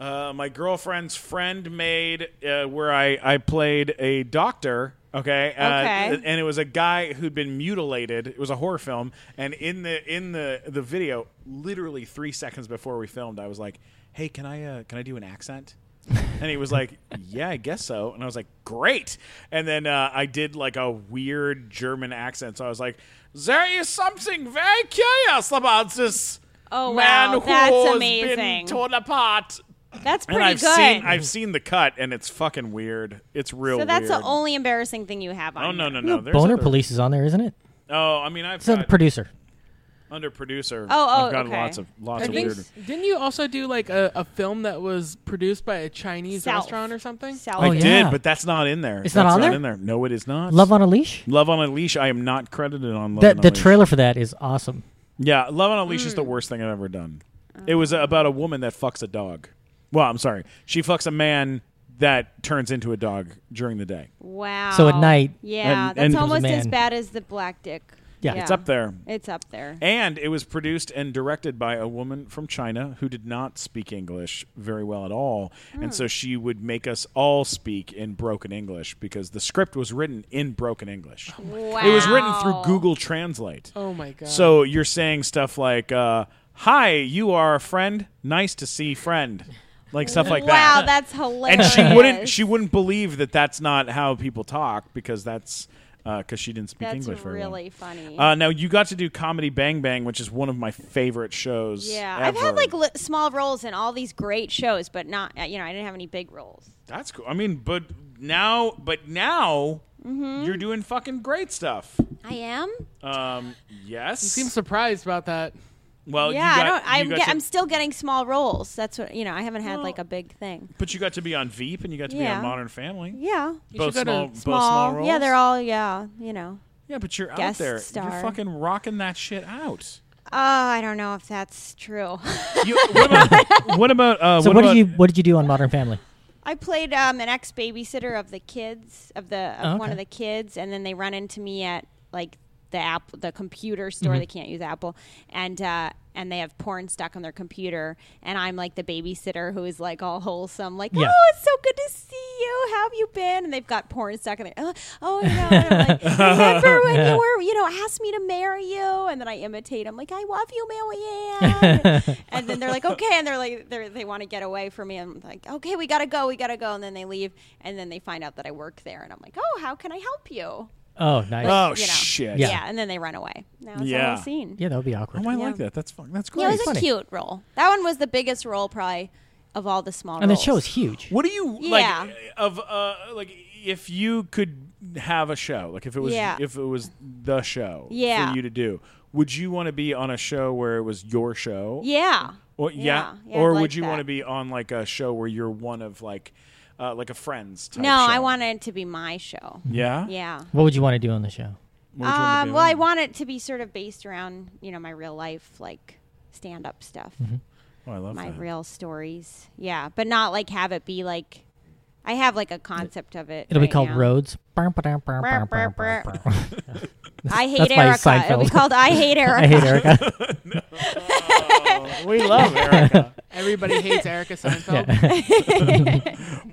S2: uh, my girlfriend's friend made, uh, where I I played a doctor. Okay. Uh,
S4: Okay.
S2: And it was a guy who'd been mutilated. It was a horror film, and in the in the the video, literally three seconds before we filmed, I was like, "Hey, can I uh, can I do an accent?" and he was like, "Yeah, I guess so." And I was like, "Great!" And then uh, I did like a weird German accent, so I was like, "There is something very curious about this
S4: Oh,
S2: man
S4: wow,
S2: who
S4: that's
S2: has
S4: amazing.
S2: been torn apart."
S4: That's pretty
S2: and I've
S4: good.
S2: seen I've seen the cut, and it's fucking weird. It's real.
S4: so that's
S2: weird.
S4: the only embarrassing thing you have on.
S2: Oh no no
S4: here.
S2: no! There's
S3: Boner
S2: other-
S3: Police is on there, isn't it?
S2: Oh, I mean I've
S3: It's on the
S2: got-
S3: producer.
S2: under producer.
S4: Oh, oh,
S2: I've got
S4: okay.
S2: lots of lots
S1: I
S2: of
S1: think-
S2: weird.
S1: didn't you also do like a, a film that was produced by a Chinese
S4: South.
S1: restaurant or something?
S4: Salad.
S2: I
S3: Oh, yeah.
S2: did, but that's not in there.
S3: It's
S2: that's
S3: not on there?
S2: in there. No, it is not.
S3: Love on a Leash.
S2: Love on a Leash. I am not credited on Love
S3: The,
S2: on a
S3: the
S2: Leash.
S3: trailer for that is awesome.
S2: Yeah, Love on a Leash is the worst thing I've ever done. It was about a woman that fucks a dog. Well, I'm sorry. She fucks a man that turns into a dog during the day.
S4: Wow.
S3: So at night-
S4: Yeah,
S2: And-
S4: that's
S2: and-
S4: almost as
S3: Man.
S4: bad as the black dick.
S3: Yeah.
S2: It's up there.
S4: It's up there.
S2: And it was produced and directed by a woman from China who did not speak English very well at all. And so she would make us all speak in broken English because the script was written in broken English.
S4: wow.
S2: It was written through Google Translate.
S1: Oh my god.
S4: um,
S2: So you're saying stuff like, uh, "Hi, you are a friend. Nice to see friend," like stuff like that.
S4: Wow, that's
S2: and
S4: hilarious.
S2: she wouldn't. She wouldn't believe that that's not how people talk because that's because she didn't speak
S4: That's
S2: English very
S4: really funny.
S2: well. Uh, now you got to do comedy Bang Bang, which is one of my favorite shows.
S4: yeah, I've
S2: ever.
S4: had like li- small roles in all these great shows, but not uh, you know I didn't have any big roles.
S2: that's cool. I mean, but now, but now
S4: Mm-hmm.
S2: you're doing fucking great stuff.
S4: I am.
S2: Um, yes.
S1: you seem surprised about that.
S2: well,
S4: yeah,
S2: Oh, you got, you
S4: I don't. I'm,
S2: got
S4: get,
S2: to-
S4: I'm still getting small roles. That's what you know. I haven't had like a big thing.
S2: but you got to be on Veep and you got to be
S4: Yeah.
S2: on Modern Family.
S4: Yeah,
S1: You
S2: both
S1: should go
S2: small,
S1: to
S2: both
S4: small.
S2: small roles.
S4: Yeah, they're all yeah. You know.
S2: Yeah, but you're out
S4: guest
S2: there. You're
S4: star.
S2: fucking rocking that shit out.
S4: Oh, I don't know if that's true.
S2: You, what about? What about? Uh,
S3: So
S2: what,
S3: what, did
S2: about,
S3: you what did you do on Modern Family?
S4: I played um, an ex babysitter of the kids of the of
S3: Oh,
S4: one
S3: okay.
S4: of the kids, and then they run into me at like the app the computer
S3: Mm-hmm.
S4: store. They can't use Apple, and uh, and they have porn stuck on their computer, and I'm like the babysitter who is like all wholesome, like
S3: Yeah.
S4: oh it's so good to see you, how have you been? And they've got porn stuck in there. Oh, oh you know, and I'm like, remember when you were you know asked me to marry you, and then I imitate. I'm like I love you, Marianne. And- and then they're like okay, and they're like they're, they want to get away from me. I'm like okay, we gotta go, we gotta go, and then they leave, and then they find out that I work there, and I'm like oh how can I help you?
S3: Oh, nice.
S2: Oh
S4: you know.
S2: shit!
S4: Yeah.
S3: Yeah.
S4: and then they run away. Now it's
S2: Yeah.
S4: a whole scene.
S3: yeah, that would be awkward.
S2: Oh, I
S4: Yeah.
S2: like that. That's fun. That's great.
S4: Yeah, it was
S3: It's
S4: a
S3: funny.
S4: cute role. That one was the biggest role probably of all the small
S3: and the
S4: roles.
S3: show is huge.
S2: What do you
S4: Yeah.
S2: like of uh like if you could have a show like if it was
S4: Yeah.
S2: if it was the show
S4: Yeah.
S2: for you to do would you want to be on a show where it was your show
S4: Yeah.
S2: or, yeah,
S4: Yeah, yeah, I'd
S2: or would
S4: like
S2: you
S4: that.
S2: want to be on like a show where you're one of like uh, like a friends type
S4: No,
S2: show?
S4: I wanted it to be my show.
S2: yeah
S4: Yeah.
S3: What would you want to do on the show?
S2: What would you wanna
S4: Um,
S2: be
S4: well, I
S2: on?
S4: want it to be sort of based around, you know, my real life, like stand up stuff,
S3: Mm-hmm.
S2: oh, I love
S4: my
S2: that.
S4: real stories. Yeah. But not like have it be like, I have like a concept of it.
S3: It'll be
S4: right
S3: called
S4: now.
S3: Roads.
S4: Brr, brr, brr. I hate
S3: That's my
S4: Erica. It'll be
S3: Seinfeld.
S4: called I Hate Erica.
S3: I hate Erica.
S2: we love Erica.
S1: Everybody hates Erica Seinfeld.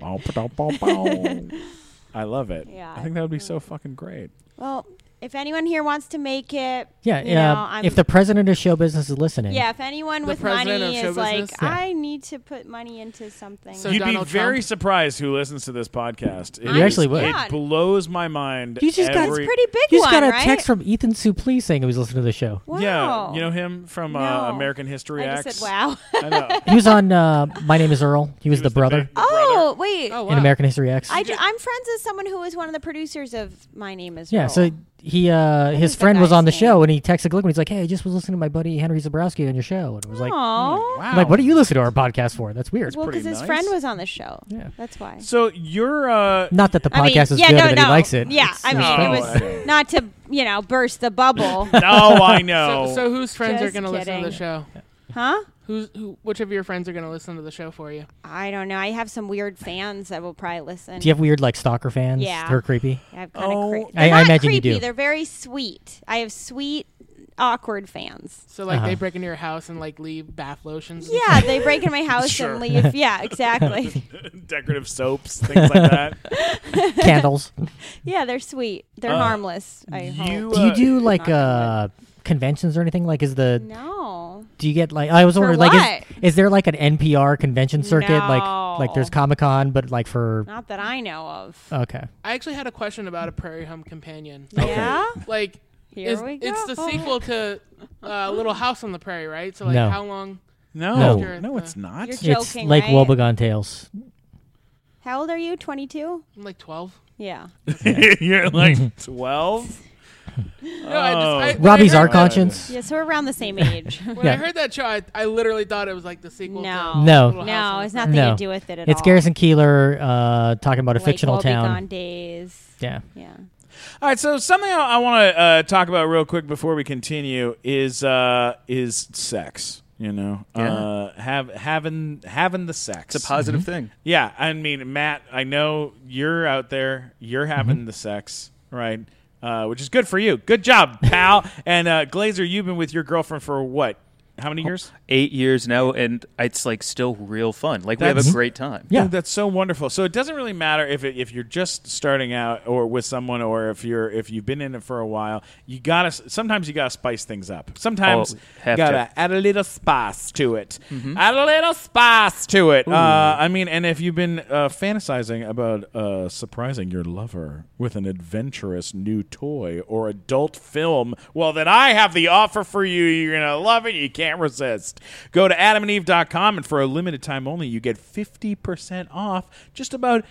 S1: Oh,
S2: Bow, ba-dow, bow, bow. I love it.
S4: Yeah.
S2: I think that would be so fucking great.
S4: Well, if anyone here wants to make it,
S3: Yeah,
S4: you
S3: yeah.
S4: know, I'm-
S3: if the president of show business is listening,
S4: Yeah, if anyone with
S1: president
S4: money
S1: of show
S4: is like,
S1: business?
S3: Yeah.
S4: I need to put money into something.
S1: So-
S2: You'd
S1: Donald
S2: be very
S1: Trump.
S2: surprised who listens to this podcast. It
S4: You
S3: actually would.
S2: It
S4: God.
S2: blows my mind.
S3: You just got-
S4: it's
S2: every-
S4: pretty big
S3: you
S4: one,
S3: just got a
S4: right?
S3: text from Ethan Suplee saying he was listening to the show.
S4: wow.
S2: Yeah, you know him from uh,
S4: No.
S2: American History
S4: I
S2: X.
S4: just said wow.
S2: I know. He
S3: He was on uh, My Name Is Earl. He was,
S2: was
S3: the brother
S2: big
S4: oh wait,
S1: Oh wow.
S3: in American History X.
S4: I am friends with someone who is one of the producers of My Name Is
S3: yeah,
S4: Earl.
S3: so he uh, his
S4: is the
S3: friend was
S4: guy's
S3: on the
S4: name?
S3: show and he texted Glickman. He's like, "Hey, I just was listening to my buddy Henry Zabrowski on your show," and it was like,
S4: Aw.
S2: Wow.
S3: I'm like, what do you listen to our podcast for? That's weird."
S4: well,
S2: pretty
S4: because his
S2: nice.
S4: friend was on the show.
S3: Yeah.
S4: that's why.
S2: So you're uh
S3: Not that the
S4: I mean,
S3: podcast is
S4: yeah,
S3: good
S4: no,
S3: and
S4: no.
S3: he likes it.
S4: Yeah,
S3: It's-
S4: I mean,
S2: No,
S4: it was
S2: I-
S4: not to you know burst the bubble,
S2: Oh, I know.
S1: So, so whose friends are
S4: Just
S1: going to listen to the
S4: kidding.
S1: show?
S4: huh?
S1: Who's who? Which of your friends are going to listen to the show for you?
S4: I don't know. I have some weird fans that will probably listen.
S3: Do you have weird like stalker fans?
S4: Yeah.
S3: They're creepy.
S4: I've kind
S2: Oh.
S4: of creepy.
S3: I- I
S4: They're not
S3: imagine you
S4: creepy.
S3: do.
S4: They're very sweet. I have sweet, awkward fans.
S1: So like they
S3: Uh-huh.
S1: break into your house and like leave bath lotions. and
S4: Yeah, they break into my house
S2: Sure.
S4: and leave. Yeah, exactly.
S2: decorative soaps, things like that.
S3: Candles.
S4: yeah, they're sweet. They're
S2: Uh,
S4: harmless. I
S2: you,
S4: hope.
S3: do you do like
S4: Not
S3: uh, conventions or anything? Like, is the
S4: No.
S3: do you get like I was
S4: For
S3: wondering like
S4: what?
S3: is, is there like an NPR convention circuit like like
S4: No.
S3: there's Comic Con but like for
S4: Not that I know of.
S3: okay
S1: I actually had a question about a Prairie Home Companion.
S4: Yeah?
S1: Like,
S4: Here
S1: is-
S4: we go.
S1: it's the sequel to uh, Little House on the Prairie, right? So like,
S3: No.
S1: how long?
S2: No, no,
S1: No.
S2: it's not.
S4: You're joking,
S3: It's like
S4: right?
S3: Wobegon Tales.
S4: How old are you? 22?
S1: I'm like 12.
S4: Yeah.
S2: You're like twelve.
S1: No, I just, I, when I
S3: Oh. Robbie's
S1: heard
S3: our
S1: that-
S3: conscience.
S4: Yeah, so we're around the same age.
S1: When I
S3: Yeah.
S1: heard that show, I, I literally thought it was like the sequel.
S4: No.
S1: to
S3: No.
S1: Little House
S4: no,
S1: on
S4: it's
S1: the
S4: nothing
S3: No.
S4: to do with it at all.
S3: It's Garrison Keeler uh, talking about a
S4: Like
S3: fictional
S4: Woebegone
S3: town.
S4: days.
S3: Yeah.
S4: Yeah.
S2: All right, so something I, I want to uh, talk about real quick before we continue is uh, is sex. You know, uh, have having having the sex.
S5: It's a positive thing.
S2: yeah, I mean, Matt, I know you're out there. You're having
S5: Mm-hmm.
S2: the sex, right? Uh, which is good for you. Good job, pal. and uh, Glazer, you've been with your girlfriend for what? How many years?
S5: Eight years now, and it's like still real fun. Like we have
S2: That's-
S5: a great time.
S3: Yeah.
S2: Dude, that's so wonderful. So it doesn't really matter if it, if you're just starting out or with someone or if you're if you've been in it for a while. You gotta sometimes you gotta spice things up. Sometimes
S5: Oh,
S2: you
S5: have
S2: gotta add a little spice to it. Add a little spice to it. Uh, I mean, and if you've been uh, fantasizing about uh, surprising your lover with an adventurous new toy or adult film, well, then I have the offer for you. You're gonna love it. You can't resist. Go to AdamAndEve.com and for a limited time only, you get fifty percent off just about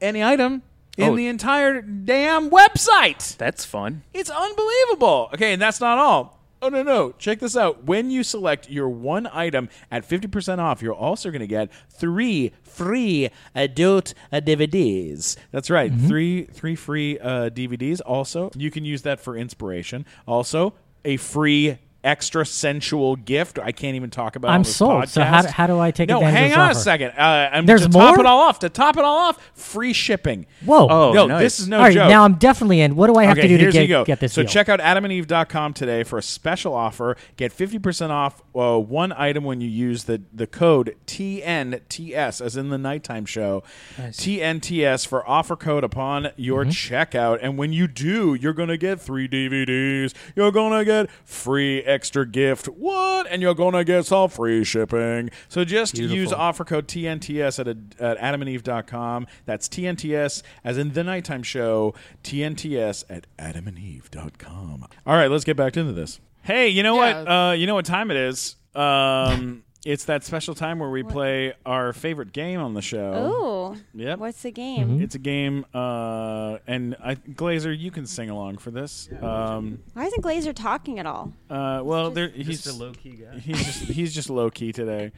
S2: any item. In
S5: Oh.
S2: the entire damn website.
S5: That's fun.
S2: It's unbelievable. Okay, and that's not all. Oh no no! Check this out. When you select your one item at fifty percent off, you're also going to get three free adult uh, DVDs. That's right,
S3: Mm-hmm.
S2: three three free uh, DVDs. Also, you can use that for inspiration. Also, a free extra sensual gift. I can't even talk about.
S3: I'm
S2: on this
S3: sold. So how
S2: podcast.
S3: do- how do I take
S2: no,
S3: advantage of
S2: hang
S3: this
S2: on
S3: offer?
S2: a second. Uh, and
S3: There's
S2: to top
S3: more?
S2: it all off. To top it all off, free shipping.
S3: Whoa.
S5: Oh,
S2: no,
S5: nice.
S2: this is no
S3: All right,
S2: joke
S3: now I'm definitely in. What do I have to do to
S2: here's
S3: get,
S2: you go.
S3: get this
S2: so
S3: deal?
S2: check out adamandeve.com today for a special offer. Get 50% off uh, one item when you use the, the code TNTS, as in the nighttime show. TNTS for offer code upon
S3: Mm-hmm.
S2: your checkout. And when you do, you're going to get three DVDs. You're going to get free extra gift. What? And you're going to get some free shipping. So just use offer code TNTS at, a, at adamandeve.com. That's TNTS as in the nighttime show, TNTS at adamandeve.com. All right, let's get back into this. Hey, you know what?
S1: Yeah.
S2: Uh, you know what time it is? Um, it's that special time where we play our favorite game on the show.
S3: Oh.
S4: Ooh.
S2: Yep.
S4: What's the game?
S3: Mm-hmm.
S2: It's a game, uh, and I, Glazer, you can sing along for this. Um,
S4: Why isn't Glazer talking at all?
S2: uh, well, there, he's
S5: key guy.
S2: He's just he's just low key today.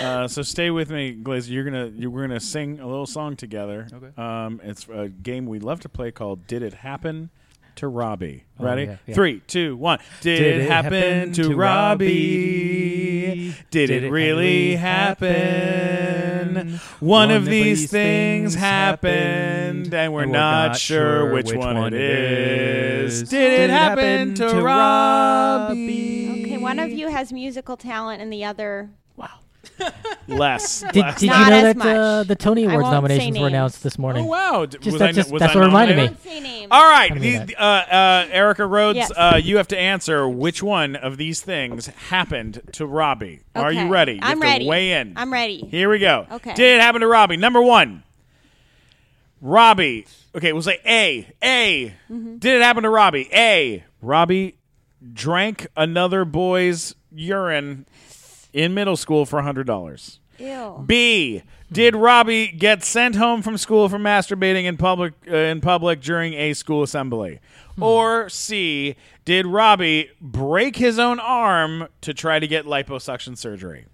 S2: Uh, so stay with me, Glazer. You're gonna you, we're gonna sing a little song together.
S5: Okay.
S2: Um, it's a game we love to play called "Did It Happen to Robbie?"
S5: Oh,
S2: Ready?
S5: yeah, yeah.
S2: Three, two, one. Did, it, happen, to, Robbie? Did, it really happen? One, of these things happened, and we're not, sure which, one, it is. Did it happen to Robbie?
S4: Okay, one of you has musical talent and the other.
S2: Less.
S3: Did,
S2: less.
S3: did you
S4: Not
S3: know
S4: as
S3: that uh,
S4: much.
S3: the Tony
S4: I
S3: Awards
S4: won't say
S3: nominations were
S4: names.
S3: announced this morning?
S2: Oh wow! D-
S3: Just-
S2: was
S3: that
S2: I,
S3: just-
S2: was
S3: that's
S2: I
S3: what reminded
S2: nominated?
S3: me.
S4: Say names.
S2: All right,
S3: I
S2: these,
S3: mean
S2: uh, uh, Erica Rhodes,
S4: Yes.
S2: uh, you have to answer which one of these things happened to Robbie. Are you
S4: Okay.
S2: ready? You have
S4: I'm ready.
S2: To weigh in.
S4: I'm ready.
S2: Here we go.
S4: Okay.
S2: Did it happen to Robbie? Number one, Robbie. Okay, we'll say A. A.
S4: Mm-hmm.
S2: Did it happen to Robbie? A. Robbie drank another boy's urine in middle school for hundred dollars.
S4: Ew.
S2: B. Did Robbie get sent home from school for masturbating in public uh, in public during a school assembly?
S3: Hmm.
S2: Or C. Did Robbie break his own arm to try to get liposuction surgery?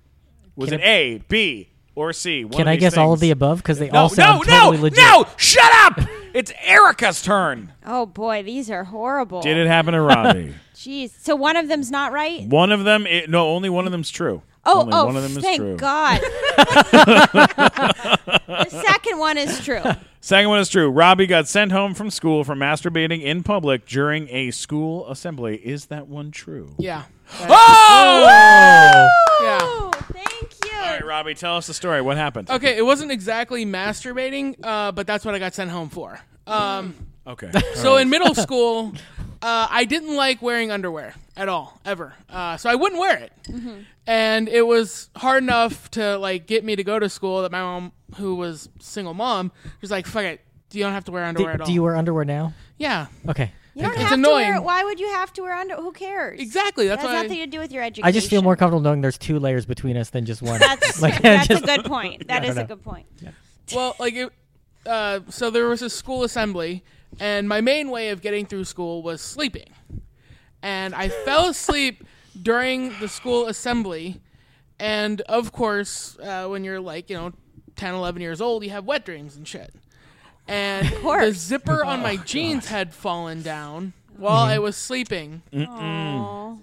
S2: Was it A, B, or C? One
S3: Can
S2: of
S3: I
S2: these
S3: guess all of
S2: things.
S3: the above? Because they
S2: No,
S3: all sound
S2: no,
S3: totally
S2: no,
S3: legit.
S2: no! Shut up! it's Erica's turn.
S4: Oh boy, these are horrible.
S2: Did it happen to Robbie?
S4: Jeez. So one of them's not right.
S2: one of them. i no, only one of them's true.
S4: Oh,
S2: only
S4: oh,
S2: one of them is
S4: thank
S2: true.
S4: God. the second one is true.
S2: Second one is true. Robbie got sent home from school for masturbating in public during a school assembly. Is that one true?
S1: Yeah. That-
S2: Oh!
S1: yeah.
S4: Ooh, thank you.
S2: All right, Robbie, tell us the story. What happened?
S1: Okay, it wasn't exactly masturbating, uh, but that's what I got sent home for. Um,
S2: Okay.
S1: so in middle school, uh, I didn't like wearing underwear at all, ever. Uh, so I wouldn't wear it, and it was hard enough to like get me to go to school that my mom, who was single mom, was like, "Fuck it, you don't have to wear underwear
S3: Do,
S1: at all."
S3: do you wear underwear now?
S1: yeah,
S3: Okay.
S4: You don't
S1: It's
S4: have to wear.
S1: annoying.
S4: Why would you have to wear underwear? Who cares?
S1: Exactly.
S4: That
S1: That's
S4: has
S1: why.
S4: nothing to do with your education.
S3: I just feel more comfortable knowing there's two layers between us than just one.
S4: That's,
S3: Like,
S4: that's
S3: just-
S4: a good point. That is a
S3: know.
S4: good point.
S1: well, like it. Uh, so there was a school assembly, and my main way of getting through school was sleeping, and I fell asleep during the school assembly, and of course, uh, when you're like you know 10, 11 years old, you have wet dreams and shit, and the
S4: course.
S1: zipper on my jeans had fallen down while I was sleeping.
S4: Aw.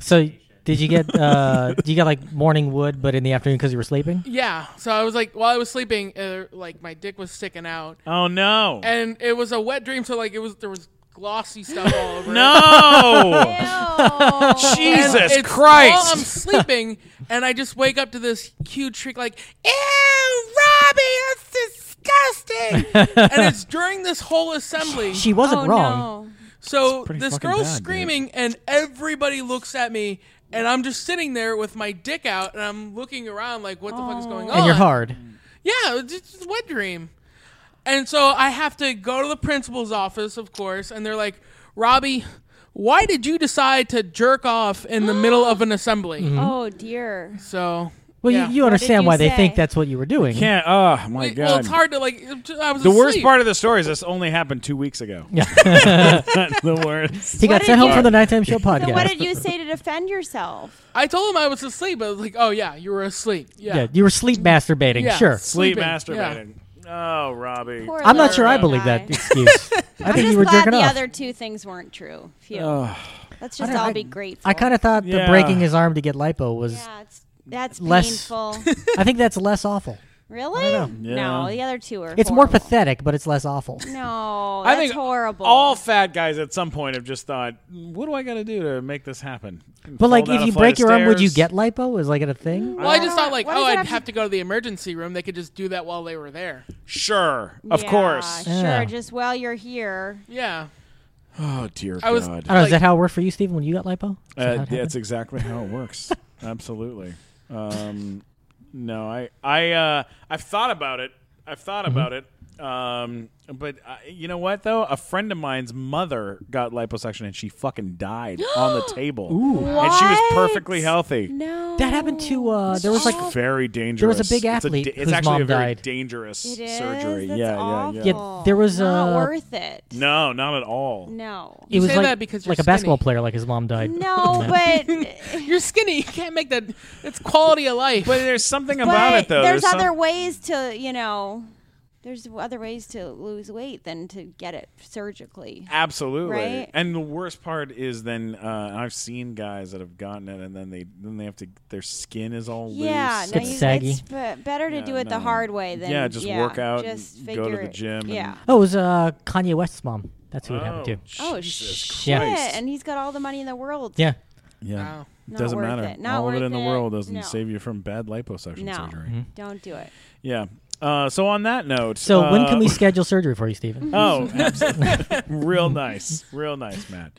S3: so did you get uh, you got like morning wood, but in the afternoon because you were sleeping?
S1: Yeah, so I was like while I was sleeping, uh, like my dick was sticking out,
S2: Oh no.
S1: and it was a wet dream. So like it was there was glossy stuff all over. it.
S2: no.
S1: Mm.
S4: Ew.
S1: And
S2: Oh, Jesus
S1: it's While I'm
S2: Christ.
S1: sleeping, and I just wake up to this huge shriek, like, "Ew, Robbie, that's disgusting!" and it's during this whole assembly.
S3: She wasn't
S4: oh,
S3: wrong.
S4: No.
S1: So
S2: pretty
S1: this
S2: fucking
S1: girl's
S2: bad, dude.
S1: screaming, and everybody looks at me, and I'm just sitting there with my dick out, and I'm looking around, like, "What the fuck is going on?"
S3: And you're hard.
S1: Yeah, it's just a wet dream. And so I have to go to the principal's office, of course, and they're like, Robbie, why did you decide to jerk off in the middle of an assembly?
S2: Mm-hmm.
S3: Mm-hmm.
S4: Oh dear.
S1: So.
S3: Well,
S1: yeah.
S3: you, you understand
S4: you
S3: why they
S4: say?
S3: think that's what you were doing.
S2: Can't. Oh my
S1: It-
S2: god.
S1: Well, it's hard to, like, I was
S2: the worst
S1: asleep.
S2: part of the story is this only happened two weeks ago.
S3: Yeah.
S2: the worst.
S3: He got
S4: did
S3: sent home
S4: you-
S3: from the nighttime show
S4: So
S3: podcast.
S4: what did you say to defend yourself?
S1: I told him I was asleep. I was like, oh, yeah, you were asleep.
S3: yeah.
S1: Yeah. Yeah.
S3: you were sleep masturbating. Sure.
S2: Sleep
S1: sleeping.
S2: masturbating. Oh, Robbie.
S4: Poor
S3: I'm not
S4: little
S3: sure I
S4: guy.
S3: believe that excuse. I
S4: I'm
S3: think
S4: just
S3: you were
S4: glad
S3: jerking
S4: the
S3: off.
S4: other two things weren't true. Phew.
S2: Ugh.
S4: Let's just
S3: don't-
S4: all
S3: I-
S4: be grateful.
S3: I kind of thought
S2: Yeah.
S3: the breaking his arm to get lipo was.
S4: Yeah, it's, that's
S3: Less-
S4: painful.
S3: I think that's less awful.
S4: really?
S2: know.
S4: No,
S2: Yeah.
S4: the other two are.
S3: It's more
S4: horrible.
S3: pathetic, but it's less awful.
S4: No,
S2: I
S4: that's
S2: think
S4: horrible.
S2: All fat guys at some point have just thought, "What do I got to do to make this happen?"
S3: But like,
S2: Fall down
S3: if
S2: a
S3: you
S2: flight
S3: break
S2: of
S3: your arm, would you
S2: stairs? Mm.
S3: get lipo? Is like it a thing?
S1: Well, I just thought, like,
S4: Why does
S1: oh,
S4: it
S1: I'd
S4: have to-
S1: have to go to the emergency room. They could just do that while they were there.
S2: Sure, of
S4: Yeah,
S2: course.
S4: Sure,
S3: Yeah.
S4: just while you're here.
S1: Yeah.
S2: Oh dear
S1: I was-
S2: God.
S3: I don't know.
S1: Like-
S3: is that how it worked for you, Stephen? When you got lipo? Is that
S2: Uh,
S3: how it
S2: that's
S3: happened?
S2: exactly how it works. Absolutely. Um, no, I, I, uh, I've thought about it. I've thought
S3: Mm-hmm.
S2: about it. Um, but uh, you know what though? A friend of mine's mother got liposuction and she fucking died on the table. Ooh. And she was
S4: What?
S2: perfectly healthy.
S4: No.
S3: that happened to. Uh, there was like
S2: It's very dangerous. It's
S3: big athlete
S2: It's,
S3: whose
S2: actually
S3: mom
S2: a very
S3: died.
S2: dangerous
S4: It is?
S2: surgery.
S4: That's
S2: yeah, yeah, yeah.
S4: awful.
S3: Yeah, there was,
S4: Not
S3: uh,
S4: worth it.
S2: No, not at all.
S4: No.
S3: it was
S1: say
S3: like,
S1: that because you're
S3: like a basketball
S1: skinny.
S3: player, like his mom died.
S4: No, but
S1: You're skinny. You can't make that. It's quality of life.
S2: But there's something about
S4: but
S2: it though.
S4: there's,
S2: some-
S4: other ways to you know. There's other ways to lose weight than to get it surgically.
S2: Absolutely.
S4: Right?
S2: And the worst part is then uh, I've seen guys that have gotten it and then they then they have to their skin is all
S4: Yeah,
S2: loose.
S4: no,
S3: It's
S4: you,
S3: saggy.
S4: it's be- better to
S2: Yeah,
S4: do it
S2: no.
S4: the hard way than
S2: Yeah, just work out and
S4: just
S2: go to
S4: figure
S2: the
S4: it-
S2: gym and-
S4: Yeah.
S3: Oh, it was uh, Kanye West's mom. That's who it happened to.
S4: Oh
S2: Jesus
S4: shit!
S2: Christ.
S4: And he's got all the money in the world.
S3: Yeah.
S2: Yeah.
S1: Wow.
S2: It
S4: Not
S2: doesn't
S4: worth
S2: matter.
S4: it. Not
S2: all of it
S4: worth
S2: in the
S4: it.
S2: world doesn't
S4: No.
S2: save you from bad liposuction
S4: No. Mm-hmm.
S2: surgery.
S4: Don't do it.
S2: Yeah. Uh, so on that note,
S3: So when
S2: uh,
S3: can we schedule surgery for you, Stephen?
S2: Oh, absolutely. real nice, real nice, Matt.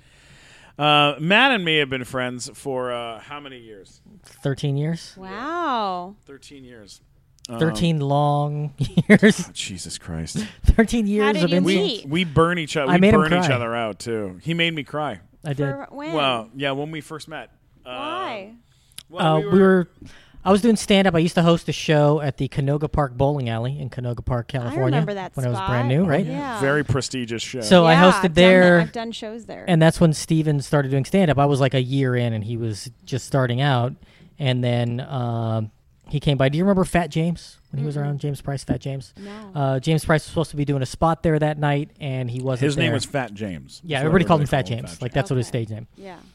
S2: Uh, Matt and me have been friends for uh, how many years?
S3: Thirteen years.
S4: Wow.
S2: Thirteen years.
S3: Thirteen long years.
S2: Jesus Christ.
S3: Thirteen years
S4: did
S3: of
S4: you
S3: insult.
S4: meet?
S2: We
S4: Neat.
S2: we burn each other.
S3: I
S2: We
S3: made him
S2: burn each
S3: cry.
S2: other out too. He made me cry.
S3: I did.
S4: For when?
S2: Well, yeah, when we first met. Uh,
S4: Mm. Why?
S2: well,
S3: Uh, we, were, I was doing stand up. I used to host a show at the Canoga Park Bowling Alley in Canoga Park, California.
S4: remember that
S3: when I was
S4: spot.
S3: brand new, right?
S4: Yeah.
S2: very prestigious show.
S3: So I
S4: Yeah,
S3: hosted
S4: I've done
S3: there,
S4: that- I've done shows there.
S3: and that's when Steven started doing stand up. I was like a year in, and he was just starting out. And then um he came by. Do you remember Fat James when he was around? James Price, Fat James.
S4: Mm-hmm. No.
S3: Uh, James Price was supposed to be doing a spot there that night, and he wasn't.
S2: his name
S3: there.
S2: was Fat James.
S3: Yeah,
S2: That's what
S3: everybody called him Fat
S2: everybody
S3: James. Like that's what his
S4: Okay.
S3: stage name.
S4: yeah.
S2: James.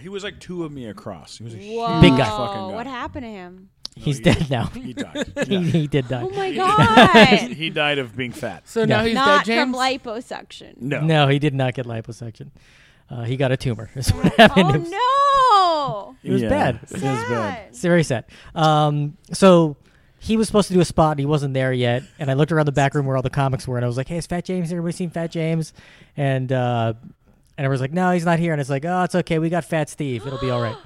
S2: He was like two of me across. He was a huge
S4: Whoa.
S3: Big guy.
S2: fucking guy.
S4: What happened to him?
S3: He's
S2: he-
S3: dead now.
S2: He died. Yeah.
S3: he, he did die.
S4: Oh my god.
S2: he died of being fat.
S1: so now
S3: Yeah.
S1: he's
S4: Not
S1: dead, James.
S4: from liposuction.
S2: No.
S3: No, he did not get liposuction. Uh, he got a tumor. Is what happened. It was-
S4: Oh
S3: It was
S2: Yeah.
S3: bad.
S2: It was
S4: no.
S2: bad.
S3: It's very sad. Um, so he was supposed to do a spot. And he wasn't there yet. And I looked around the back room where all the comics were, and I was like, "Hey, is Fat James? Everybody seen Fat James?" And uh, and everyone's like, "No, he's not here." And it's like, "Oh, it's okay. We got Fat Steve. It'll be all right."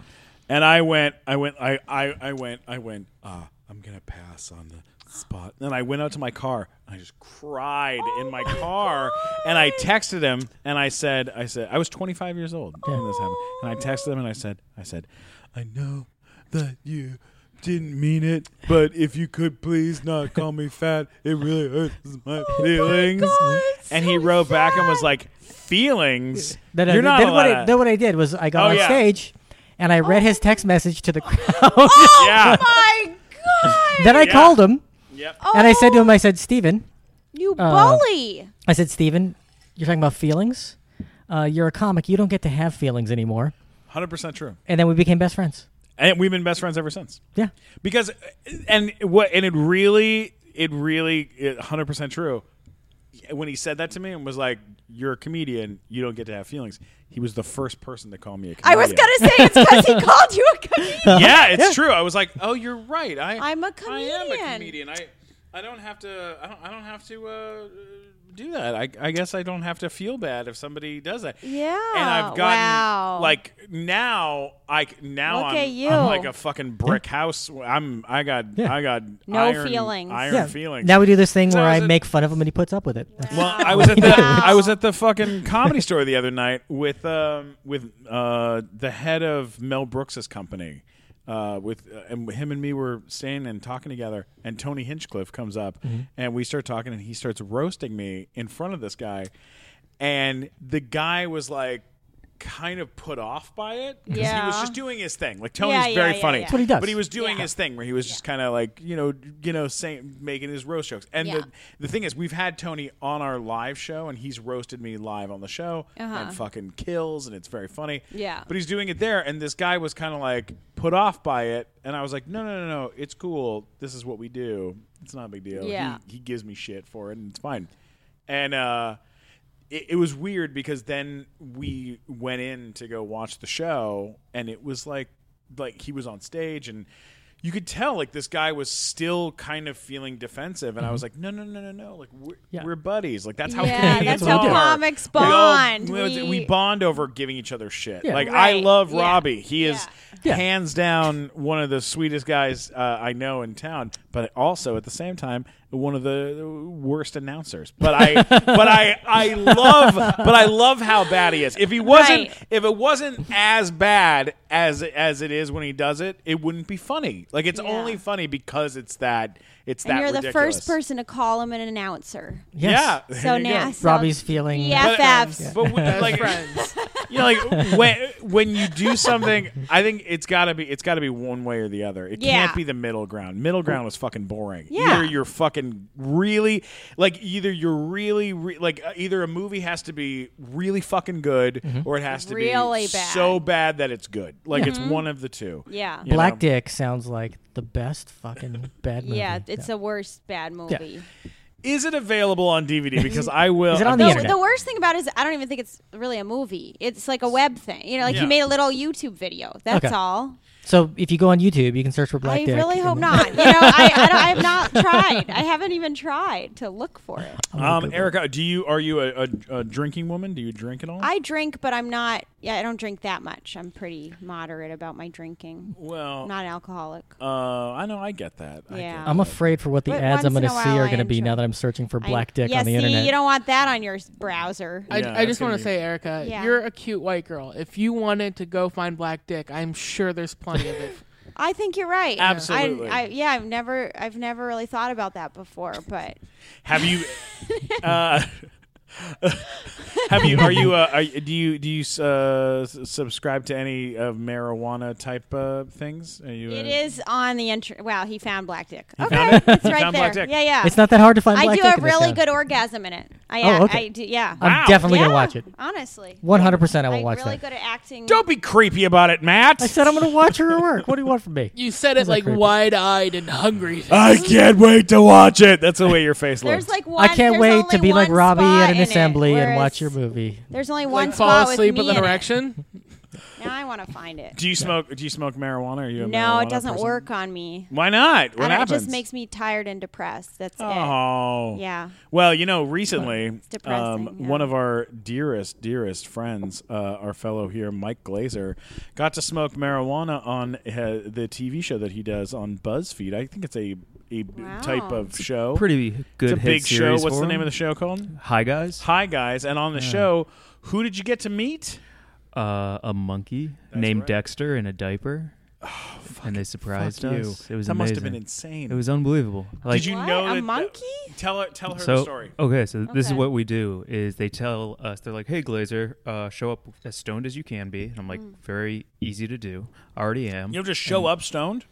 S2: And I went, I went, I, I, I went, I went, uh, I'm going to "Ah, pass on the spot. And I went out to my car. And I just cried in Oh my car, and I texted him, and I said, I said, I was 25 years old when this happened, and I texted him, and I said, I said, I know that you didn't mean it, but if you could please not call me fat, it really hurts Oh my feelings. and he wrote back and was like, feelings.
S3: Then,
S2: You're
S3: then,
S2: not
S3: then uh, what
S2: allowed
S3: I, then what I did was I got
S2: Oh,
S3: on
S2: yeah.
S3: stage and I read his text message to the crowd.
S2: to- yeah.
S4: Oh my God.
S3: then I
S2: Oh, Yeah.
S3: called him
S2: Yep.
S3: and I said to him, I said, Steven,
S4: Oh, You
S3: Uh,
S4: bully.
S3: I said, Steven, you're talking about feelings? Uh, you're a comic. You don't get to have feelings anymore.
S2: 100% true.
S3: And then we became best friends.
S2: And we've been best friends ever since.
S3: Yeah.
S2: because and what and it really it really it 100% true when he said that to me and was like you're a comedian you don't get to have feelings he was the first person to call me a
S4: I
S2: comedian
S4: was going to say it's because he called you a comedian.
S2: yeah it's true i was like oh you're right i
S4: I'm a
S2: i am a
S4: comedian.
S2: comedian i i don't have to i don't, I don't have to uh do that I, I guess i don't have to feel bad if somebody does that
S4: Yeah,
S2: and i've gotten
S4: wow.
S2: like now i c- now
S4: Look
S2: I'm,
S4: at you.
S2: I'm like a fucking brick house i'm i got i got
S4: No
S2: iron,
S4: feelings.
S2: iron
S3: yeah.
S2: feelings
S3: Now we do this thing
S2: So
S3: where
S2: I
S3: I
S2: was a-
S3: make fun of him and he puts up with it. That's-
S2: well, I was at the
S4: Wow.
S2: I was at the fucking comedy store the other night with um with uh the head of Mel Brooks's company. Uh, with uh, and him and me were staying and talking together, and Tony Hinchcliffe comes up, and we start talking, and he starts roasting me in front of this guy, and the guy was like, kind of put off by it because he
S4: Yeah.
S2: was just doing his thing. Like Tony's
S4: yeah,
S2: very
S4: yeah,
S2: funny,
S4: yeah. That's
S3: what he does.
S2: But he was doing
S4: Yeah.
S2: his thing where he was just kind of like you know you know saying making his roast jokes. And
S4: Yeah.
S2: the, the thing is, we've had Tony on our live show, and he's roasted me live on the show,
S4: Uh-huh.
S2: and fucking kills, and it's very funny.
S4: Yeah.
S2: But he's doing it there, and this guy was kind of like put off by it, and I was like, no, no, no, no, it's cool. This is what we do. It's not a big deal.
S4: Yeah.
S2: He, he gives me shit for it, and it's fine. And uh, it, it was weird because then we went in to go watch the show, and it was like like he was on stage and. You could tell, like this guy was still kind of feeling defensive, and I was like, "No, no, no, no, no! Like we're,
S3: Mm-hmm. Yeah.
S2: we're buddies. Like that's how
S4: Yeah,
S2: comedians
S4: that's how
S2: are.
S4: comics
S2: We all-
S4: bond.
S2: we,
S4: We-
S2: bond over giving each other shit.
S3: Yeah.
S2: Like I
S4: Right.
S2: love
S4: Yeah.
S2: Robbie. He is
S3: Yeah.
S2: hands down one of the sweetest guys uh, I know in town, but also at the same time one of the worst announcers. But I but I I love but I love how bad he is. If he wasn't
S4: Right.
S2: if it wasn't as bad as as it is when he does it, it wouldn't be funny. Like it's
S4: Yeah.
S2: only funny because it's that it's
S4: And
S2: that
S4: you're the
S2: ridiculous.
S4: first person to call him an announcer.
S3: Yes.
S2: Yeah.
S4: So
S2: There you go.
S4: now, so
S3: Robbie's feeling.
S4: Yeah. FFs.
S2: But, but when, like, you know, like when when you do something, I think it's gotta be it's gotta be one way or the other. It
S4: Yeah.
S2: can't be the middle ground. Middle ground was fucking boring.
S4: Yeah.
S2: Either you're fucking really like either you're really re- like uh, either a movie has to be really fucking good or it has to
S4: Really
S2: be
S4: bad.
S2: so bad that it's good. Like it's one of the two.
S4: Yeah.
S2: You
S3: Black
S2: know?
S3: Dick sounds like the best fucking bad movie.
S4: Yeah, it's the worst bad movie.
S2: Is it available on DVD? Because I will.
S3: Is it on
S2: I'm
S3: the
S2: just-
S4: The,
S3: internet?
S4: the worst thing about it is I don't even think it's really a movie. It's like a web thing. You know, like
S2: Yeah.
S4: he made a little YouTube video. That's
S3: Okay.
S4: all.
S3: So if you go on YouTube, you can search for Black
S4: I
S3: Dick.
S4: really hope
S3: and-
S4: not. You know, I I, don't, I have not tried. I haven't even tried to look for it.
S2: Um, Erica, do you are you a, a, a drinking woman? Do you drink at all?
S4: I drink, but I'm not. Yeah, I don't drink that much. I'm pretty moderate about my drinking.
S2: well,
S4: I'm not an alcoholic.
S2: Uh, I know. I get that. I
S4: Yeah.
S2: get
S3: I'm
S2: that.
S3: afraid for what the
S4: But
S3: ads I'm
S4: once
S3: going to
S4: in a
S3: see
S4: while
S3: are
S4: I
S3: going to be
S4: enjoy-
S3: now that I'm searching for
S4: I-
S3: Black Dick
S4: yeah,
S3: on the
S4: see,
S3: internet.
S4: you don't want that on your s- browser.
S1: I,
S2: Yeah,
S1: I
S2: that's
S1: just
S2: gonna
S1: want
S2: be-
S1: to say, Erica,
S4: Yeah.
S1: you're a cute white girl. If you wanted to go find black dick, I'm sure there's plenty of it.
S4: I think you're right.
S2: Absolutely.
S4: I, I, yeah, I've never, I've never really thought about that before, but
S2: Have you? uh, have you? Are you? Uh, are, you- do you? Do you uh, s- subscribe to any of marijuana type uh, things? Are you?
S4: it
S2: uh,
S4: is on the intro. Wow, he found black dick. okay, it's right
S2: found
S4: there.
S2: black dick.
S4: Yeah, yeah.
S3: it's not that hard to find
S4: I
S3: Black
S4: do
S3: Dick
S4: a
S3: in this
S4: really
S3: town.
S4: good orgasm in it. I,
S3: Oh,
S4: I-
S3: okay.
S4: I do, yeah.
S3: I'm
S2: Wow.
S3: definitely
S4: yeah,
S3: going to watch it.
S4: Honestly,
S3: 100% I will
S4: I'm
S3: watch
S4: really
S3: that.
S4: good at acting.
S2: Don't be creepy about it, Matt.
S3: I said I'm going to watch her at work. What do you want from me?
S1: You said it like
S3: creepy?
S1: wide eyed and hungry.
S2: I can't wait to watch it. That's the way your face looks.
S4: There's like one.
S3: I can't
S4: there's
S3: wait
S4: only
S3: to be like
S4: one
S3: Robbie
S4: spot
S3: at
S4: in
S3: an
S4: it
S3: assembly
S4: where
S3: and watch
S4: it's-
S3: your movie.
S4: There's only one
S1: Like
S4: spot
S1: fall asleep with
S4: with me
S1: an
S4: in it.
S1: erection.
S4: Now I want to find it.
S2: Do you smoke? Do you smoke marijuana? Are you a
S4: No,
S2: marijuana
S4: it doesn't
S2: person?
S4: work on me.
S2: Why not? What
S4: and
S2: happens?
S4: It just makes me tired and depressed. That's
S2: Oh.
S4: it. Yeah.
S2: Well, you know, recently,
S4: depressing,
S2: um,
S4: yeah.
S2: one of our dearest, dearest friends, uh, our fellow here, Mike Glazer, got to smoke marijuana on uh, the TV show that he does on BuzzFeed. I think it's a, a b-
S4: Wow.
S2: type of show.
S5: Pretty good
S2: it's a
S5: hit
S2: big show.
S5: series
S2: What's
S5: for
S2: the
S5: him.
S2: name of the show called?
S5: Hi guys.
S2: Hi, guys. And on the show, who did you get to meet?
S5: Uh, a monkey named Dexter in a diaper. and they surprised
S2: Oh, Fuck you.
S5: us. It was
S2: that
S5: amazing.
S2: must have been insane.
S5: It was unbelievable. Like,
S2: did you
S4: What?
S2: know
S4: A
S2: that- that-
S4: monkey?
S2: tell her, tell her
S5: so, oh.
S2: the story.
S5: Okay, so this is
S4: Okay.
S5: what we do: is they tell us they're like, "Hey, Glazer, uh, show up as stoned as you can be," and I'm like, "Very easy to do. I already am.
S2: You'll just show up stoned.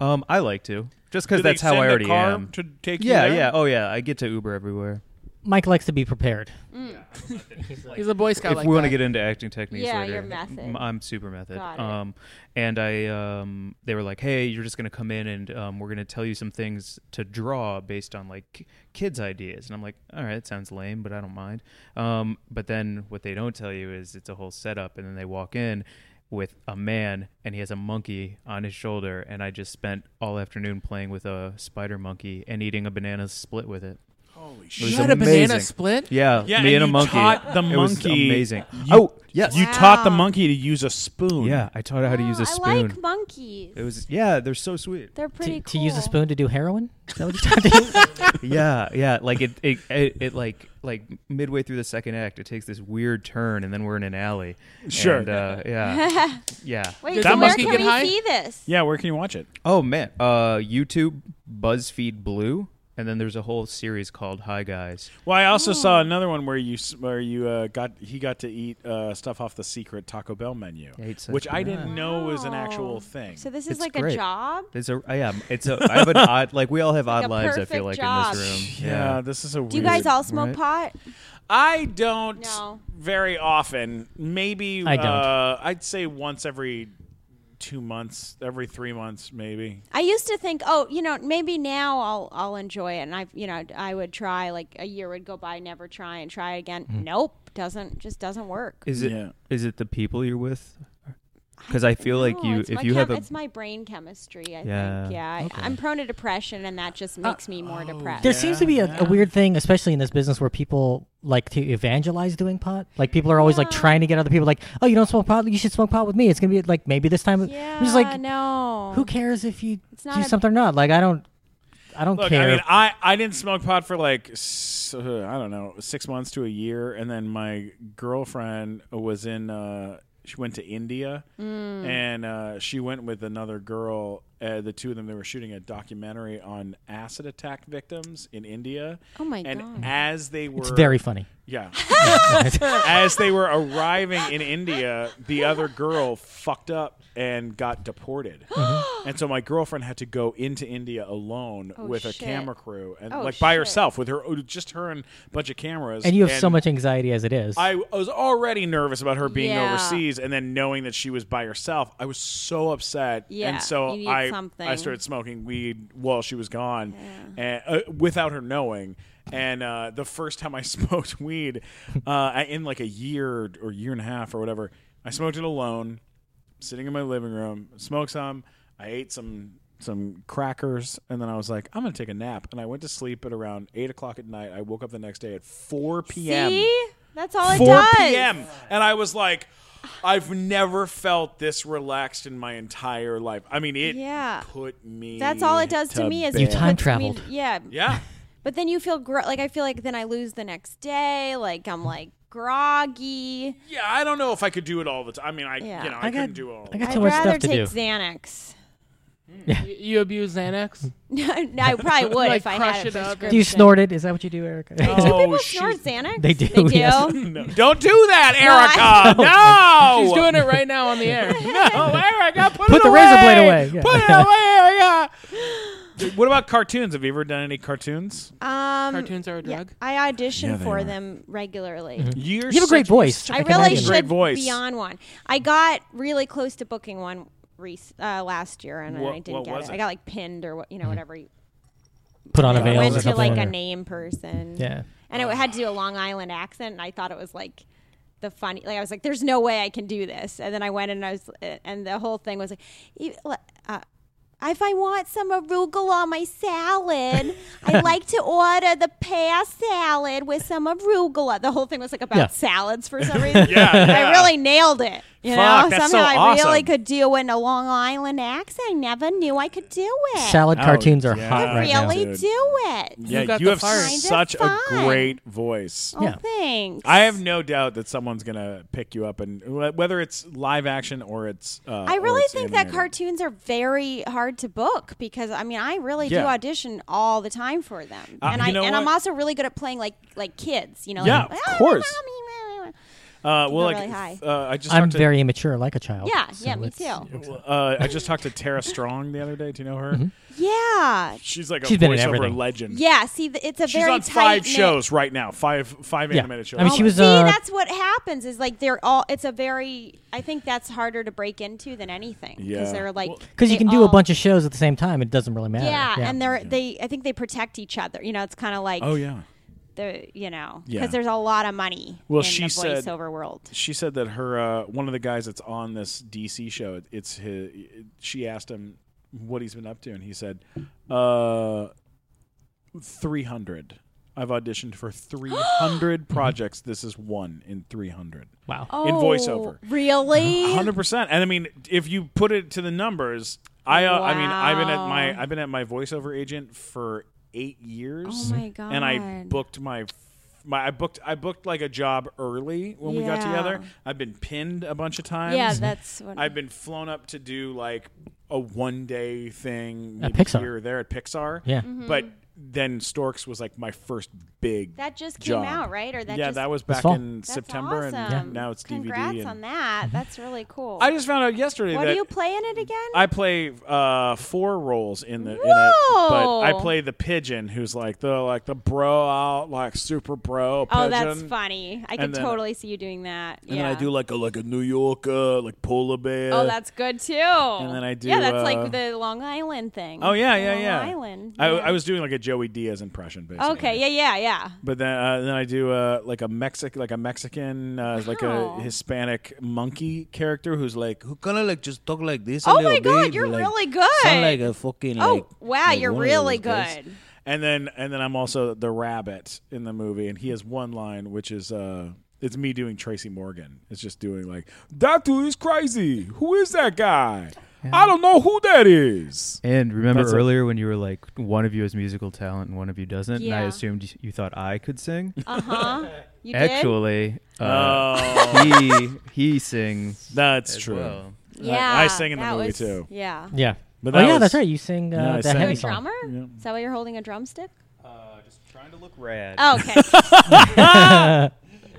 S5: Um, I like to just
S2: Do
S5: because
S2: they
S5: that's how
S2: send
S5: I
S2: a
S5: already
S2: car
S5: am.
S2: To take you
S5: yeah,
S2: there?
S5: yeah. Oh yeah, I get to Uber everywhere.
S3: Mike likes to be prepared.
S1: He's a Boy Scout.
S5: if
S1: like
S5: we want to
S1: that.
S5: get into acting techniques
S4: Yeah,
S5: later,
S4: you're method.
S5: m- I'm super method.
S4: Got it.
S5: Um, and I, um, they were like, "Hey, you're just gonna come in and um, we're gonna tell you some things to draw based on like k- kids' ideas." And I'm like, "All right, that sounds lame, but I don't mind." Um, but then what they don't tell you is it's a whole setup, and then they walk in with a man and he has a monkey on his shoulder and i just spent all afternoon playing with a spider monkey and eating a banana split with it
S2: Holy
S5: It was
S1: You had a banana
S5: amazing.
S1: split.
S5: yeah,
S2: Yeah,
S5: me
S2: and
S5: and, a
S2: you
S5: monkey
S2: taught the
S5: It was
S2: monkey-
S5: amazing
S2: You-
S5: oh yes
S2: You taught the
S4: Wow.
S2: monkey to use a spoon.
S5: Yeah, I taught her how to use
S4: Oh,
S5: a
S4: I
S5: spoon.
S4: like monkeys.
S5: it was yeah, they're so sweet.
S4: They're
S3: To,
S4: pretty
S3: to use a
S4: cool.
S3: spoon to do heroin? Is that what you're trying to do?
S5: yeah, yeah, like it, it, it, it, like like midway through the second act, it takes this weird turn, and then we're in an alley.
S2: Sure.
S5: And, uh, yeah. yeah.
S4: Wait,
S1: Does
S4: so
S1: the
S4: where
S1: monkey
S4: can
S1: get
S4: we
S1: high?
S4: see this?
S2: Yeah, where can you watch it?
S5: Oh man. Uh, YouTube, BuzzFeed Blue, and then there's a whole series called Hi Guys.
S2: Well, I also saw another one where you s- where you uh, got he got to eat uh, stuff off the secret Taco Bell menu,
S5: I ate such
S2: which I
S5: banana.
S2: didn't know was an actual
S4: Wow.
S2: thing.
S4: So this is
S5: It's
S4: like
S5: great.
S4: a job.
S5: It's a I am. It's a I have an odd like we all have
S4: Like
S5: odd
S4: a
S5: lives. I
S4: perfect
S5: feel like
S4: job.
S5: in this room.
S2: yeah, this is a.
S4: Do you guys all
S5: right?
S4: smoke pot?
S2: I don't
S4: No.
S2: very often. Maybe
S3: I don't.
S2: Uh, I'd say once every two months, every three months, maybe.
S4: I used to think, oh, you know, maybe now I'll I'll enjoy it, and I, you know, I would try. Like a year would go by, never try and try again. Nope, doesn't just doesn't work.
S5: Is it is
S2: Yeah.
S5: it the people you're with? Because I feel like
S4: No,
S5: you
S4: it's
S5: if
S4: my
S5: you
S4: chem-
S5: have a
S4: it's my brain chemistry. I
S5: Yeah,
S4: think, yeah, I, I'm prone to depression, and that just makes me more depressed.
S3: There seems to be a, a weird thing, especially in this business, where people like to evangelize doing pot. Like people are always like
S4: Yeah.
S3: trying to get other people, like, "Oh, you don't smoke pot? You should smoke pot with me. It's gonna be like maybe this time."
S4: yeah,
S3: I'm just like,
S4: no,
S3: who cares if you
S4: It's not
S3: do
S4: a-
S3: something or not? Like, I don't, I don't
S2: Look,
S3: care.
S2: I mean, I, I didn't smoke pot for like s- uh, I don't know six months to a year, and then my girlfriend was in. Uh, she went to India, and uh, she went with another girl. Uh, the two of them they were shooting a documentary on acid attack victims in India.
S4: Oh my
S2: and
S4: God.
S2: as they were,
S3: it's very funny.
S2: yeah. As they were arriving in India, the other girl fucked up and got deported.
S3: Mm-hmm.
S2: and so my girlfriend had to go into India alone
S4: Oh,
S2: with a
S4: shit.
S2: camera crew and
S4: Oh,
S2: like by
S4: shit.
S2: herself with her just her and a bunch of cameras.
S3: And you have so much anxiety as it is.
S2: I, I was already nervous about her being
S4: Yeah.
S2: overseas, and then knowing that she was by herself, I was so upset.
S4: Yeah,
S2: and so
S4: you need
S2: I
S4: something.
S2: I started smoking weed while she was gone, and, uh, without her knowing. And uh, the first time I smoked weed, uh, I- in like a year or year and a half or whatever, I smoked it alone, sitting in my living room, smoked some. I ate some some crackers, and then I was like, I'm gonna take a nap. And I went to sleep at around eight o'clock at night. I woke up the next day at four p.m.
S4: See, that's all it
S2: 4
S4: does.
S2: p.m. And I was like, I've never felt this relaxed in my entire life. I mean, it
S4: Yeah.
S2: put me.
S4: That's all it does to, me is
S2: bed.
S3: You
S4: puts
S3: time
S4: me-
S3: traveled.
S4: yeah,
S2: yeah.
S4: But then you feel gro- like I feel like then I lose the next day. Like I'm like groggy.
S2: Yeah, I don't know if I could do it all the time. I mean, I
S4: Yeah.
S2: you know I,
S3: I got-
S2: couldn't do it all. the
S3: I got
S4: I'd
S3: too much
S4: rather
S3: stuff to
S4: take
S3: do.
S4: Xanax.
S1: You, you abuse Xanax.
S4: No, I probably would
S1: Like,
S4: if I
S1: crush
S4: had a
S1: it up.
S4: prescription.
S3: do you snort it? Is that what you do, Erica?
S2: time.
S4: Do
S2: Oh,
S4: people snort
S2: she's-
S4: Xanax?
S3: They do,
S4: They do.
S3: yes.
S2: no, don't do that, Erica. no,
S1: She's doing it right now on the air.
S2: No, Erica, put,
S3: Put
S2: it
S3: the
S2: away.
S3: razor blade away. Yeah.
S2: Put it away, Erica. what about cartoons? Have you ever done any cartoons?
S4: Um,
S1: Cartoons are a
S4: yeah,
S1: drug.
S4: I audition
S2: Yeah, they
S4: for
S2: are.
S4: them regularly.
S2: You're
S3: You have Mm-hmm. a great
S2: such an
S3: voice.
S4: I
S3: can
S4: really
S3: imagine.
S2: Great
S4: should
S2: voice.
S4: be on one. I got really close to booking one rec- uh, last year, and
S2: What-
S4: I
S2: what
S4: didn't get
S2: was
S4: it.
S2: it?
S4: I got like pinned or what, you know, whatever. You,
S3: put Mm-hmm. on a
S4: I
S3: veil
S4: went
S3: or
S4: to
S3: something.
S4: like a
S3: or-
S4: name person.
S3: Yeah.
S4: and it had to do a Long Island accent, and I thought it was like the funny like i was like there's no way i can do this and then i went and i was eh, and the whole thing was like "You- uh, if I want some arugula on my salad, I like to order the pear salad with some arugula. The whole thing was like about
S3: Yeah.
S4: salads for some reason.
S2: Yeah, yeah.
S4: I really nailed it. You
S2: Fuck,
S4: know,
S2: that's so
S4: somehow I really
S2: awesome.
S4: could do an a Long Island accent. I never knew I could do it.
S3: Salad
S2: Oh,
S3: cartoons are
S2: yeah.
S3: hot
S4: I
S3: right now.
S4: really
S2: Dude.
S4: do it.
S1: You
S2: Yeah,
S1: got
S2: you
S1: the
S2: have
S1: fire.
S4: Kinda
S2: such a
S4: fun.
S2: great voice.
S4: Oh,
S3: Yeah.
S4: thanks.
S2: I have no doubt that someone's gonna pick you up, and whether it's live action or it's. Uh,
S4: I
S2: or
S4: really
S2: it's
S4: think that
S2: animated.
S4: cartoons are very hard to book because I mean I really
S2: Yeah.
S4: do audition all the time for them,
S2: Uh,
S4: and
S2: you
S4: I
S2: know
S4: and I'm
S2: what?
S4: also really good at playing like like kids, you know.
S2: Yeah,
S4: like, "Ah,
S2: of course.
S4: mommy,
S2: Uh, well,
S4: go
S2: like,
S4: really high.
S2: Uh, I just
S3: I'm
S2: talked to-
S3: very immature, like a
S2: Oh,
S3: child.
S4: Yeah, yeah, me
S3: it's-
S4: too.
S2: Uh, I just talked to Tara Strong the other day. Do you know her?
S4: Yeah,
S2: She's like a
S3: Mm-hmm. She's been in
S2: voiceover
S3: everything.
S2: legend.
S4: yeah. See, th- it's a
S2: She's
S4: very Oh.
S2: on
S4: tight
S2: five
S4: knit-
S2: shows right now. Five five
S3: Yeah.
S2: animated shows.
S3: I mean, she was
S4: See,
S3: uh,
S4: that's what happens. Is like they're all. It's a very. I think that's harder to break into than anything because
S2: Yeah.
S4: they're like
S3: because you
S4: they
S3: can do a
S4: all-
S3: bunch of shows at the same time. It doesn't really matter.
S4: Yeah, and they're they. I think they protect each other. You know, it's kind of like
S2: oh yeah.
S4: the you know because
S2: Yeah.
S4: there's a lot of money
S2: Well,
S4: in
S2: she
S4: the
S2: said-
S4: voiceover world.
S2: She said that her uh, one of the guys that's on this DC show. It's his. She asked him what he's been up to, and he said, uh, three hundred. I've auditioned for 300 projects. This is one in 300.
S3: wow.
S2: in voiceover.
S4: Oh, Really?
S2: hundred percent. And I mean, if you put it to the numbers, I uh, I mean, I've been at my I've been at my voiceover agent for eight years.
S4: Oh my
S2: And I
S4: God.
S2: booked my. My, I booked I booked like a job early when we got
S4: Yeah.
S2: together. I've been pinned a bunch of times.
S4: Yeah, that's what
S2: I've been flown up to do like a one day thing
S3: At
S2: maybe
S3: Pixar.
S2: here or there at Pixar.
S3: Yeah.
S4: Mm-hmm.
S2: But then Storks was like my first big
S4: that just came
S2: job.
S4: out, right? Or that
S2: yeah,
S4: just,
S2: that was
S3: This
S2: back
S3: fall.
S2: in
S4: that's
S2: September
S4: awesome.
S2: and now it's
S4: Congrats
S2: DVD and
S4: on that.
S7: Mm-hmm.
S4: That's really cool.
S2: I just found out yesterday
S4: what
S2: that
S4: are you playing it again?
S2: I play uh, four roles in the in it, but
S4: Whoa.
S2: I play the pigeon who's like the like the bro out like super bro. Pigeon.
S4: oh, that's funny. I
S2: And
S4: could
S2: then-
S4: totally see you doing that.
S2: And
S4: yeah.
S2: then I do like a like a New Yorker like polar bear.
S4: Oh, that's good too. And
S2: then I do,
S4: Yeah, that's
S2: uh,
S4: like the Long Island thing.
S2: Oh yeah,
S4: The
S2: yeah,
S4: Long
S2: yeah.
S4: Island.
S2: I,
S4: Yeah.
S2: I was doing like a Joey Diaz impression, basically.
S4: okay. Yeah, yeah, yeah.
S2: But then, uh, then I do uh, like a Mexic, like a Mexican, uh, like a
S4: Wow.
S2: Hispanic monkey character who's like,
S7: who kind of like just talk like this. a
S4: Oh
S7: little
S4: my God,
S7: bit,
S4: you're
S7: like,
S4: really good.
S7: Sound like a fucking.
S4: Oh
S7: like-
S4: wow,
S7: like
S4: you're
S7: one of
S4: really
S7: those guys.
S4: good.
S2: and then and then I'm also the rabbit in the movie, and he has one line which is uh it's me doing Tracy Morgan. It's just doing like that dude is crazy. Who is that guy? I don't know who that is.
S5: And remember
S2: That's a-
S5: earlier when you were like, one of you has musical talent and one of you doesn't, and I
S4: Yeah.
S5: assumed you- you thought I could sing.
S4: Uh huh. You did?
S5: Actually, uh,
S2: Oh,
S5: he he sings.
S2: that's
S5: as
S2: true.
S5: well.
S4: Yeah,
S2: I sing in the
S4: that
S2: movie
S4: was-
S2: too.
S4: Yeah.
S3: Yeah.
S2: But
S3: oh
S2: that
S3: yeah,
S2: was-
S3: that's right. You sing uh,
S2: Yeah, I
S3: the
S2: sang.
S4: You're a
S3: heavy song.
S4: drummer?
S2: Yeah.
S4: Is that why you're holding a drumstick?
S5: Uh, just trying to look rad.
S4: Oh, okay.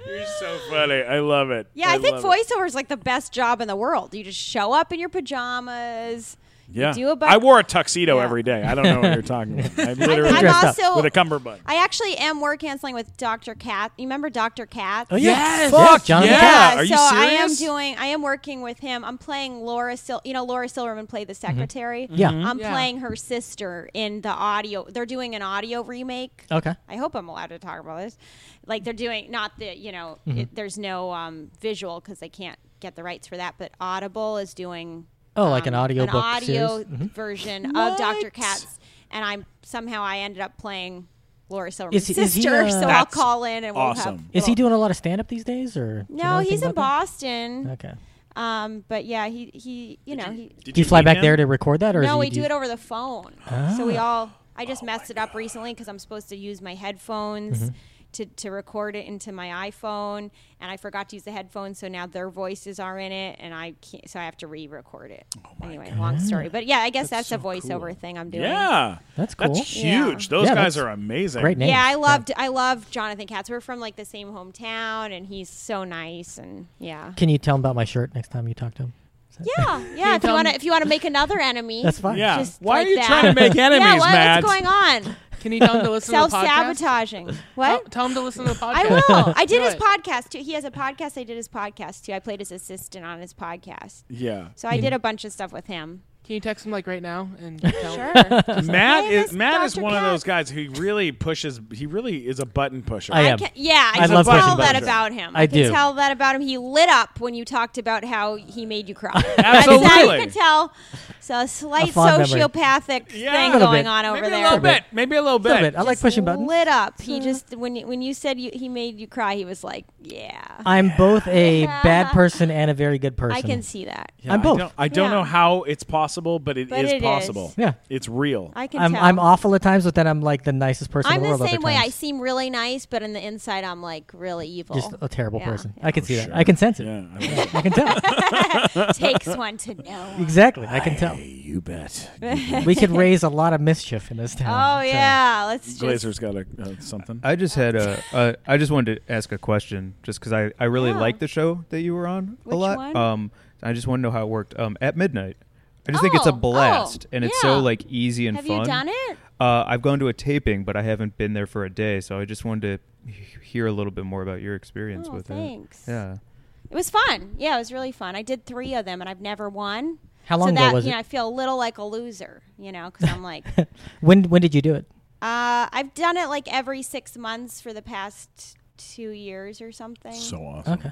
S2: You're so funny. I love it.
S4: Yeah, I, think
S2: love it.
S4: voiceover is like the best job in the world. You just show up in your pajamas.
S2: Yeah,
S4: do a bu-
S2: I wore a tuxedo
S4: Yeah.
S2: every day. I don't know what you're talking about. I
S4: I'm,
S2: literally
S4: I'm
S3: Dressed up
S4: also.
S2: with a cummerbund.
S4: I actually am word canceling with Dr. Cat. You remember Dr. Cat?
S3: Oh yeah. Yes.
S2: Fuck,
S3: Jonathan
S2: yeah.
S3: Cat.
S2: Are you
S4: so I am
S2: serious?
S4: doing. I am working with him. I'm playing Laura. Sil- you know, Laura Silverman played
S2: Mm-hmm.
S4: the secretary.
S3: Yeah. Mhm.
S4: I'm
S1: Yeah.
S4: playing her sister in the audio. They're doing an audio remake.
S3: Okay.
S4: I hope I'm allowed to talk about this. Like they're doing not the you know
S3: Mm-hmm.
S4: it, there's no um, visual because they can't get the rights for that, but Audible is doing
S3: Oh, like an
S4: um,
S3: audio
S4: an
S3: book
S4: audio
S3: series? Mhm.
S4: version of Dr. Katz, and I'm somehow I ended up playing Laura Silverman's
S3: Is he-
S4: sister,
S3: is he, uh,
S4: so I'll
S2: That's
S4: call in and we'll have.
S2: awesome.
S3: Is he
S4: we'll-
S3: doing a lot of stand up these days, or do you know
S4: No,
S3: anything
S4: he's in
S3: about
S4: Boston.
S3: that? Okay.
S4: Um, but yeah, he he you know he
S2: Did
S3: Do you fly
S2: meet
S3: back
S2: him?
S3: there to record that, or is
S4: no,
S3: he-
S4: we
S3: do
S4: do
S3: you-
S4: it over the phone. So we all. I just messed it up recently because I'm supposed to use my headphones to to record it into my iPhone, and I forgot to use the headphones, so now their voices are in it, and I can't. So I have to re-record it. anyway, long story, but yeah, I guess that's, a voiceover thing I'm doing.
S2: Yeah,
S3: That's cool.
S2: That's huge. Those
S3: Yeah,
S2: guys
S3: that's
S2: are amazing.
S3: great name.
S4: Yeah, I loved I love Jonathan Katz. We're from like the same hometown, and he's so nice, and yeah,
S3: Can you tell him about my shirt next time you talk to him?
S4: yeah, yeah. if you
S1: tell
S4: want to
S1: me-
S4: if you want to make another enemy,
S3: That's fine.
S2: Yeah.
S4: Just
S2: Why
S4: like
S2: are you
S4: that.
S2: trying to make enemies,
S4: yeah, what,
S2: Matt?
S4: what's going on?
S1: Can you tell him to listen to the podcast?
S4: Self sabotaging.
S1: Tell,
S4: What?
S1: tell him to listen to the
S2: Oh,
S1: podcast.
S4: I will. I did
S1: Do
S4: his
S1: it.
S4: podcast too. He has a podcast. I did his podcast too. I played his assistant on his podcast.
S2: Yeah.
S4: So I did a bunch of stuff with him.
S1: Can you text him like right now and tell him?
S4: Sure.
S2: Matt
S4: Hey,
S2: is
S4: Miss
S2: Matt is
S4: Dr.
S2: one of
S4: Cat.
S2: those guys who really pushes. He really is a button pusher.
S3: I
S4: I
S3: am.
S4: can, yeah, I,
S3: I
S4: can
S3: love
S4: tell
S3: pushing
S4: that
S3: buttons.
S4: about him.
S3: I
S4: I can
S3: do.
S4: tell that about him. He lit up when you talked about how he made you cry.
S2: Absolutely.
S4: That's how you can tell. So a slight
S3: A fond memory.
S4: sociopathic
S2: Yeah.
S4: thing
S2: A
S3: little
S4: going
S3: bit.
S4: on over
S2: Maybe
S4: there.
S2: a little bit. Maybe a little
S3: A
S2: bit.
S3: little bit. I like
S4: Just
S3: pushing buttons.
S4: Lit up. He just when you, when you said you, he made you cry, he was like, yeah,
S3: I'm both a bad person and a very good person.
S4: I can see that.
S3: I'm
S2: I
S3: both.
S2: don't, I don't
S4: Yeah.
S2: know how it's possible, but it is
S4: But it is.
S2: possible.
S3: Yeah.
S2: it's real.
S4: I can
S3: I'm,
S4: tell.
S3: I'm awful at times, but then I'm like the nicest person
S4: I'm
S3: in the
S4: the
S3: world.
S4: same
S3: other
S4: way. I
S3: times.
S4: seem really nice, but on the inside, I'm like really evil.
S3: Just a terrible
S4: Yeah,
S3: person.
S4: yeah.
S3: I can see
S2: Sure.
S3: that. I can sense it.
S2: yeah, I-
S3: I can tell.
S4: takes one to know.
S3: exactly. I can tell.
S2: you bet.
S3: We could raise a lot of mischief in this town.
S4: Oh
S3: so-
S4: yeah, let's just.
S2: Glazer's got a uh, something.
S5: I just had a. a I just wanted to ask a question, just because I I really
S4: Yeah.
S5: liked the show that you were on
S4: Which
S5: a lot.
S4: one?
S5: Um, I just want to know how it worked. Um, at midnight. I just think it's
S4: Oh,
S5: a
S4: oh,
S5: blast, and it's
S4: yeah.
S5: so like easy and
S4: Have
S5: fun.
S4: you done it?
S5: Uh, I've gone to a taping, but I haven't been there for a day, so I just wanted to h- hear a little bit more about your experience
S4: Oh,
S5: with
S4: thanks.
S5: it. Yeah.
S4: It was fun. Yeah, it was really fun. I did three of them, and I've never won.
S3: How long
S4: so
S3: ago
S4: that,
S3: was
S4: you
S3: it?
S4: Know, I feel a little like a loser, you know, because I'm like, uh,
S3: When when did you do it?
S4: I've done it like every six months for the past two years or something.
S2: so awesome.
S3: Okay.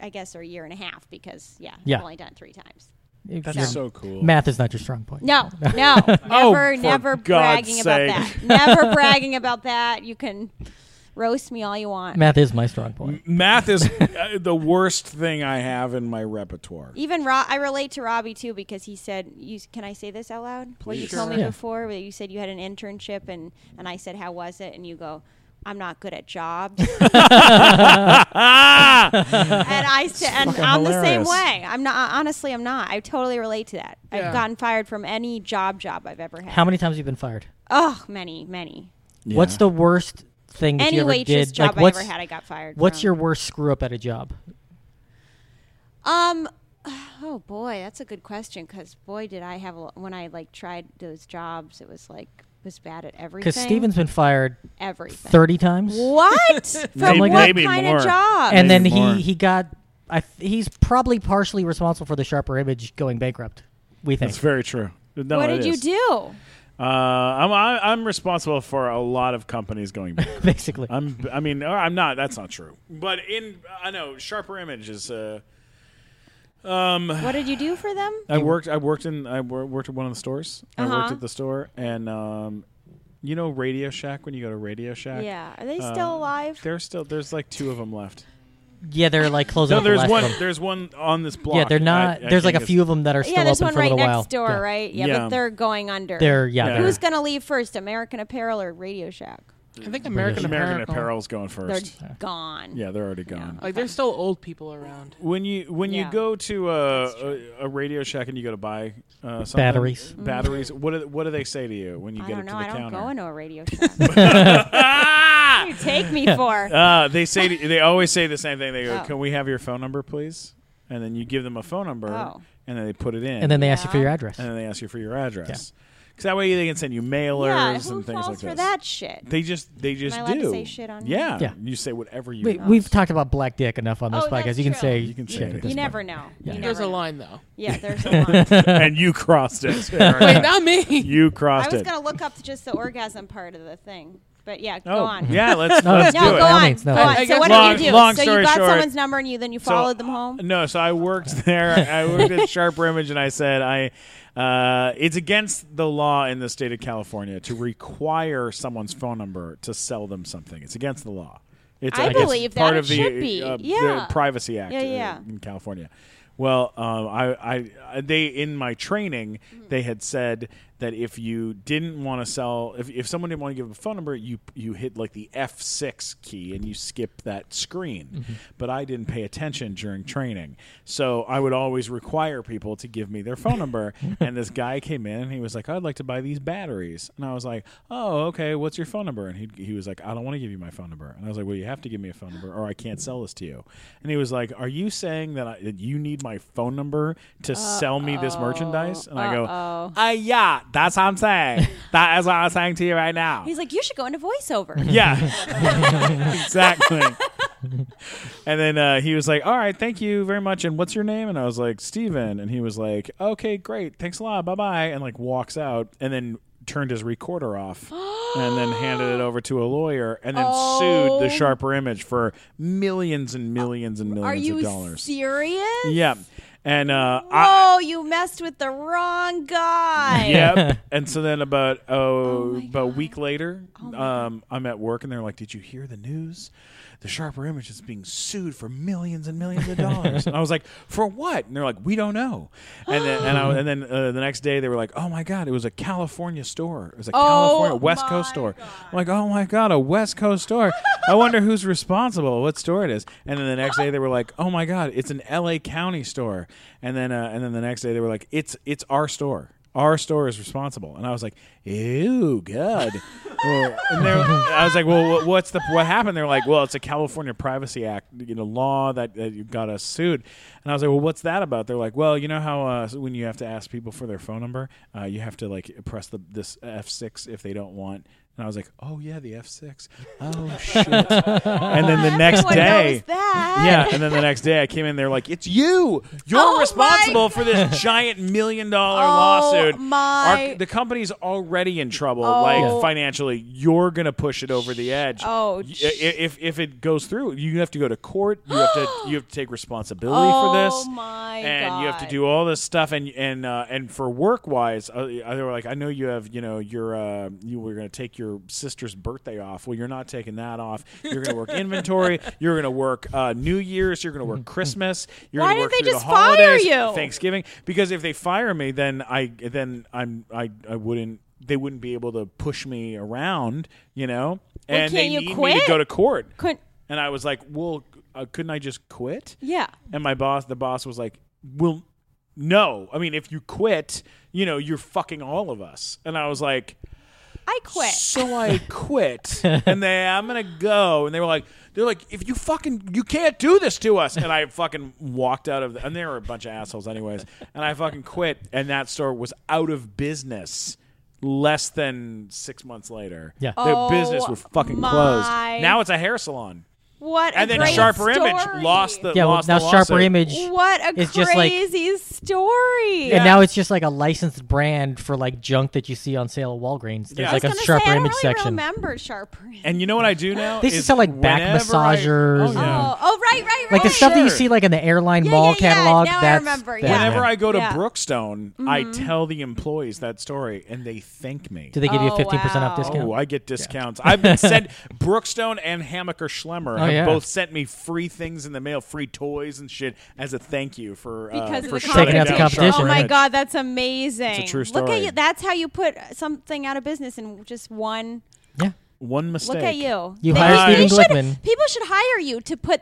S4: I guess, or a year and a half, because yeah,
S3: Yeah.
S4: I've only done it three times.
S2: That's
S3: You're-
S2: so cool.
S3: Math is not your strong point.
S4: No, no,
S2: Oh,
S4: never,
S2: for
S4: never
S2: God's
S4: bragging about
S2: sake.
S4: that. Never bragging about that. You can roast me all you want.
S3: Math is my strong
S2: Mm.
S3: point.
S2: Math is uh, the worst thing I have in my repertoire.
S4: Even Rob, I relate to Robbie too because he said, "You can I say this out loud?" What you
S2: Please.
S4: told me
S3: Sure. Yeah.
S4: before, where you said you had an internship, and and I said, "How was it?" And you go. I'm not good at jobs, and I said, and
S2: fucking
S4: I'm the same
S2: hilarious.
S4: way. I'm not honestly, I'm not. I totally relate to that.
S1: Yeah.
S4: I've gotten fired from any job job I've ever had.
S3: How many times have you been fired?
S4: Oh, many, many.
S3: What's the worst thing that
S4: Any
S3: you ever
S4: waitress
S3: did?
S4: job
S3: like, what's,
S4: I ever had, I got fired.
S3: What's
S4: from.
S3: your worst screw up at a job?
S4: Um. Oh boy, that's a good question. Because boy, did I have a, lo- when I like tried those jobs, it was like was bad at everything.
S3: Because Steven's been fired
S4: everything.
S3: thirty times,
S4: What? From
S2: Maybe-
S4: what
S2: maybe
S4: kind
S2: more.
S4: of job?
S3: and then
S2: Maybe more.
S3: he he got. I th- he's probably partially responsible for the sharper image going bankrupt. We think.
S2: That's very true. No,
S4: what
S2: it
S4: did you
S2: is.
S4: do?
S2: Uh, I'm I, I'm responsible for a lot of companies going. bankrupt.
S3: basically.
S2: I'm I mean or I'm not. That's not true. But in I know sharper image is. Uh,
S4: What did you do for them?
S2: I worked. I worked in. I wor- worked at one of the stores. I worked
S4: Uh-huh.
S2: at the store, and um, you know Radio Shack. When you go to Radio Shack,
S4: Yeah, are they
S2: uh,
S4: still alive?
S2: There's still. There's like two of them left.
S3: yeah, they're like closing.
S2: No,
S3: up the
S2: there's
S3: last
S2: one.
S3: one.
S2: There's one on this block.
S3: Yeah, they're
S2: I-
S3: not.
S2: I
S3: there's like a
S2: think
S3: few of them that are still
S4: Yeah, there's
S3: open
S4: one
S3: for a
S4: right
S3: little while.
S4: next door,
S3: Yeah.
S4: right? Yeah,
S2: Yeah.
S4: but they're going under.
S3: They're yeah.
S2: Yeah.
S3: They're,
S4: Who's gonna leave first, American Apparel or Radio Shack?
S1: I think American,
S2: it's- American
S1: Apparel.
S2: Apparel's going
S4: They're
S2: first.
S4: gone.
S2: yeah, they're already gone.
S1: Like there's still old people around.
S2: When you when you
S4: Yeah.
S2: go to a, a, a Radio Shack and you go to buy uh, something,
S3: Batteries.
S2: batteries. What do, what do they say to you when you
S4: Mm-hmm. I
S2: get it
S4: don't know.
S2: to
S4: I
S2: the
S4: don't
S2: counter?
S4: go into a Radio Shack. what do you take me for?
S2: Uh, they say to, they always say the same thing. They go,
S4: Oh.
S2: "Can we have your phone number, please?" And then you give them a phone number,
S4: Oh.
S2: and then they put it in,
S3: And then they ask you for
S4: Yeah.
S3: your address.
S2: and then they ask you for your address. Because that way they can send you mailers
S4: yeah,
S2: and
S4: who
S2: things
S4: falls
S2: like
S4: for
S2: this.
S4: that shit?
S2: They just they just
S4: allowed
S2: do.
S4: to say shit on
S2: yeah,
S3: here? Yeah.
S2: you say whatever you.
S3: We,
S2: want.
S3: we've talked about black dick enough on this
S4: Oh,
S3: podcast.
S4: that's
S3: you can
S4: true.
S3: say
S2: You can say
S3: shit at
S2: anything.
S3: this
S4: You
S2: That's
S4: never know.
S3: Yeah.
S4: You
S1: There's
S4: never
S1: a
S4: know.
S1: line though.
S4: Yeah, there's a line.
S2: and you crossed it.
S1: Wait, not me.
S2: you
S4: I
S2: crossed
S4: was
S2: it.
S4: gonna look up just the orgasm part of the thing, but yeah,
S2: oh
S4: go on.
S2: yeah, let's
S3: No,
S2: let's
S4: No,
S2: do
S4: go
S2: it.
S3: all
S4: on.
S3: means, no.
S4: Go
S1: I- I
S4: on.
S1: guess-
S4: So what
S2: Long-
S4: did you do?
S2: long
S4: so
S2: story
S4: you got
S2: short-
S4: someone's number and you then you
S2: So,
S4: followed them
S2: uh,
S4: home.
S2: No, so I worked there. I worked at Sharper Image, and I said, "I, uh, it's against the law in the state of California to require someone's phone number to sell them something. It's against the law. It's
S4: I
S2: like, it's
S4: believe that
S2: part
S4: it
S2: of the,
S4: should be.
S2: uh,
S4: Yeah.
S2: the Privacy Act
S4: Yeah,
S2: uh,
S4: yeah.
S2: in California." Well, um, I, I, they in my training,
S4: Mm-hmm.
S2: they had said that if you didn't want to sell, if, if someone didn't want to give a phone number, you you hit like the F six key and you skip that screen. But I didn't pay attention during training, so I would always require people to give me their phone number. and this guy came in and he was like, "I'd like to buy these batteries," and I was like, "Oh, okay. What's your phone number?" And he he was like, "I don't want to give you my phone number," and I was like, "Well, you have to give me a phone number, or I can't sell this to you." And he was like, "Are you saying that, I, that you need my phone number to sell me this merchandise?" And I go,
S4: Uh-oh.
S2: uh, yeah, that's what I'm saying. that is what I'm saying to you right now.
S4: He's like, you should go into voiceover.
S2: yeah, exactly. And then uh, he was like, "All right, thank you very much." And what's your name? And I was like, "Steven." And he was like, "Okay, great, thanks a lot, bye bye." And like walks out, and then turned his recorder off, and then handed it over to a lawyer, and then sued
S4: Oh.
S2: the Sharper Image for millions and millions and millions
S4: Are you
S2: of dollars.
S4: serious?
S2: yeah, and uh, I.
S4: Whoa, you messed with the wrong guy.
S2: Yep. and so then about oh, about a week later, um, I'm at work and they're like, "Did you hear the news? The Sharper Image is being sued for millions and millions of dollars." and I was like, "For what?" And they're like, "We don't know." And then and, I, and then uh, the next day they were like, "Oh my god, it was a California store. It was a California West Coast
S4: my
S2: store." I'm like, "Oh my god, a West Coast store. I wonder who's responsible. What store it is?" And then the next day they were like, "Oh my god, it's an L.A. County store." And then uh, and then the next day they were like, "It's it's our store." our store is responsible. And I was like, ew, God. Well, and they're, I was like, well, wh- what's the, what happened? They're like, well, it's a California Privacy Act, you know, law that, that got us sued. And I was like, well, what's that about? They're like, well, you know how uh, when you have to ask people for their phone number, uh, you have to like press the, this F6 if they don't want. And I was like, oh yeah, the F6. Oh shit. and then the next
S4: Everyone
S2: day,
S4: knows that.
S2: yeah, and then the next day I came in, they're like, "It's you. You're
S4: Oh my Oh
S2: responsible for this giant million dollar lawsuit.
S4: my-
S2: Our- the company's already in trouble,
S4: Oh.
S2: like financially. You're gonna push it over the edge.
S4: Oh,
S2: Y- i- if if it goes through, you have to go to court. You have to you have to take responsibility for this.
S4: Oh my
S2: and you have to
S4: God.
S2: do all this stuff and and uh, and for work wise, uh, they were like, I know you have you know your uh, you were going to take your sister's birthday off. Well, you're not taking that off. You're going to work inventory. You're going to work uh, New Year's. You're going to work Christmas. You're
S4: Why
S2: gonna
S4: didn't
S2: work
S4: they
S2: through
S4: just
S2: the
S4: fire
S2: holidays,
S4: you?
S2: Thanksgiving. Because if they fire me, then I then I'm I I wouldn't. They wouldn't be able to push me around, you know. and they
S4: can't you
S2: need me to
S4: quit?
S2: go to court.
S4: Couldn't,
S2: And I was like, well, uh, couldn't I just quit?
S4: yeah.
S2: And my boss, the boss was like, "Well, no. I mean, if you quit, you know, you're fucking all of us." And I was like,
S4: I quit.
S2: So I quit, and they, I'm gonna go. And they were like, "They're like, if you fucking, you can't do this to us." And I fucking walked out of, the, and they were a bunch of assholes, anyways. And I fucking quit, and that store was out of business. Less than six months later,
S3: Yeah.
S2: their
S4: Oh
S2: business was fucking closed.
S4: my-
S2: Now it's a hair salon,
S4: What a
S2: and then
S4: great
S2: Sharper
S4: story.
S2: Image lost the
S3: yeah, well,
S2: lost
S3: now
S2: the
S3: Sharper
S2: lawsuit.
S3: Image,
S4: What a
S3: It's just like-
S4: crazy story.
S3: and now it's just like a licensed brand for like junk that you see on sale at Walgreens. There's
S2: Yeah. I
S3: like
S4: I
S3: a
S4: was gonna
S3: Sharper
S4: say, I don't
S3: Image
S4: really
S3: section.
S4: remember Sharper Image.
S2: And you know what I do now?
S3: They used to
S2: is
S3: sell, like, back
S2: whenever I-
S3: massagers
S2: oh, yeah.
S4: Oh, oh, right, right, right.
S3: like the stuff that you
S2: Sure.
S3: see like in the airline
S4: Yeah,
S3: mall
S4: yeah, yeah.
S3: catalog.
S4: Now I
S3: that's
S4: remember,
S3: that.
S4: yeah.
S2: Whenever I go to
S4: Oh. Yeah. Mm-hmm.
S2: Brookstone, I tell the employees that story, and they thank me.
S3: Do they give you a
S4: Oh,
S3: fifteen percent
S4: wow.
S3: off discount?
S2: Oh, I get discounts. I've been sent Brookstone and Hammaker Schlemmer have
S3: Oh, yeah.
S2: both sent me free things in the mail, free toys and shit, as a thank you for uh,
S4: because of
S2: for
S4: the
S2: shutting
S3: Taking out the
S2: down
S3: competition.
S2: Sharper
S4: Oh my
S2: Image.
S4: god, that's amazing!
S2: It's a true
S4: Look
S2: story.
S4: at you. That's how you put something out of business in just one.
S3: yeah.
S2: One mistake.
S4: Look at you.
S3: You hire
S2: Steven
S4: should-
S3: Glickman.
S4: People should hire you to put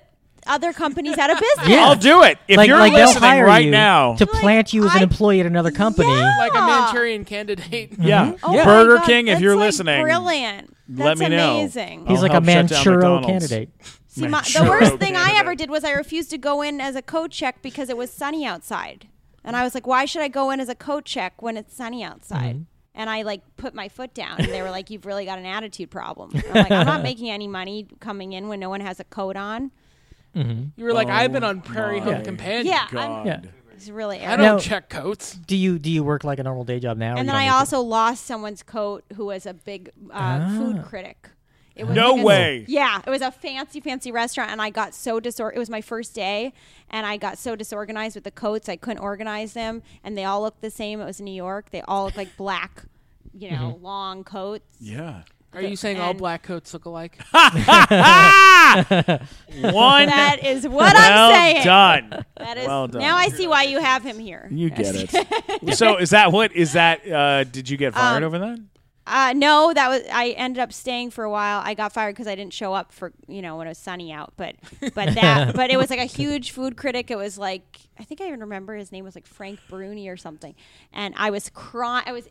S4: other companies out of business.
S3: Yeah.
S2: I'll do it if
S3: like
S2: you're
S3: like they'll
S2: listening
S3: hire
S2: right
S3: you
S2: now.
S3: to
S4: Like,
S3: plant you as an
S4: I-
S3: employee at another company.
S4: Yeah.
S1: like a Manchurian candidate.
S2: yeah,
S3: Mm-hmm.
S4: Oh my
S2: Burger
S4: God,
S2: King, if
S4: that's,
S2: you're
S4: like,
S2: listening,
S4: brilliant. That's
S2: let me know.
S4: amazing.
S2: I'll
S3: He's like a
S2: help shut down
S3: Manchuro
S2: McDonald's.
S3: candidate.
S4: See, my, the
S2: Sure.
S4: worst thing I
S2: Candidate.
S4: ever did was I refused to go in as a coat check because it was sunny outside, and I was like, "Why should I go in as a coat check when it's sunny outside?"
S2: Mm-hmm.
S4: And I like put my foot down, and they were like, "You've really got an attitude problem." And I'm like, "I'm not making any money coming in when no one has a coat on."
S1: You were like,
S2: Oh
S1: I've been on Prairie Home
S2: my
S1: Companion.
S4: Yeah, I'm,
S2: God.
S3: Yeah.
S4: it's really.
S1: I
S4: Arrogant.
S1: don't
S3: Now-
S1: check coats.
S3: Do you do you work like a normal day job now? or
S4: And
S3: you
S4: then
S3: don't
S4: I
S3: need to?
S4: also lost someone's coat who was a big uh, food critic. It was
S2: Ah. No
S4: a-
S2: way.
S4: yeah, it was a fancy, fancy restaurant, and I got so disor. It was my first day, and I got so disorganized with the coats. I couldn't organize them, and they all looked the same. It was New York. They all looked like black, you know,
S2: Mm-hmm.
S4: long coats.
S2: Yeah.
S1: Are you saying all
S4: And-
S1: black coats look alike?
S2: One.
S4: That is what
S2: well
S4: I'm saying.
S2: done.
S4: That is
S2: Well done.
S4: now I see why you have him here.
S2: You get it. so is that what is that? Uh, did you get fired over that?
S4: Uh, no, that was I ended up staying for a while. I got fired because I didn't show up for you know when it was sunny out. But but that but it was like a huge food critic. It was like I think I even remember his name was like Frank Bruni or something. And I was crying. I was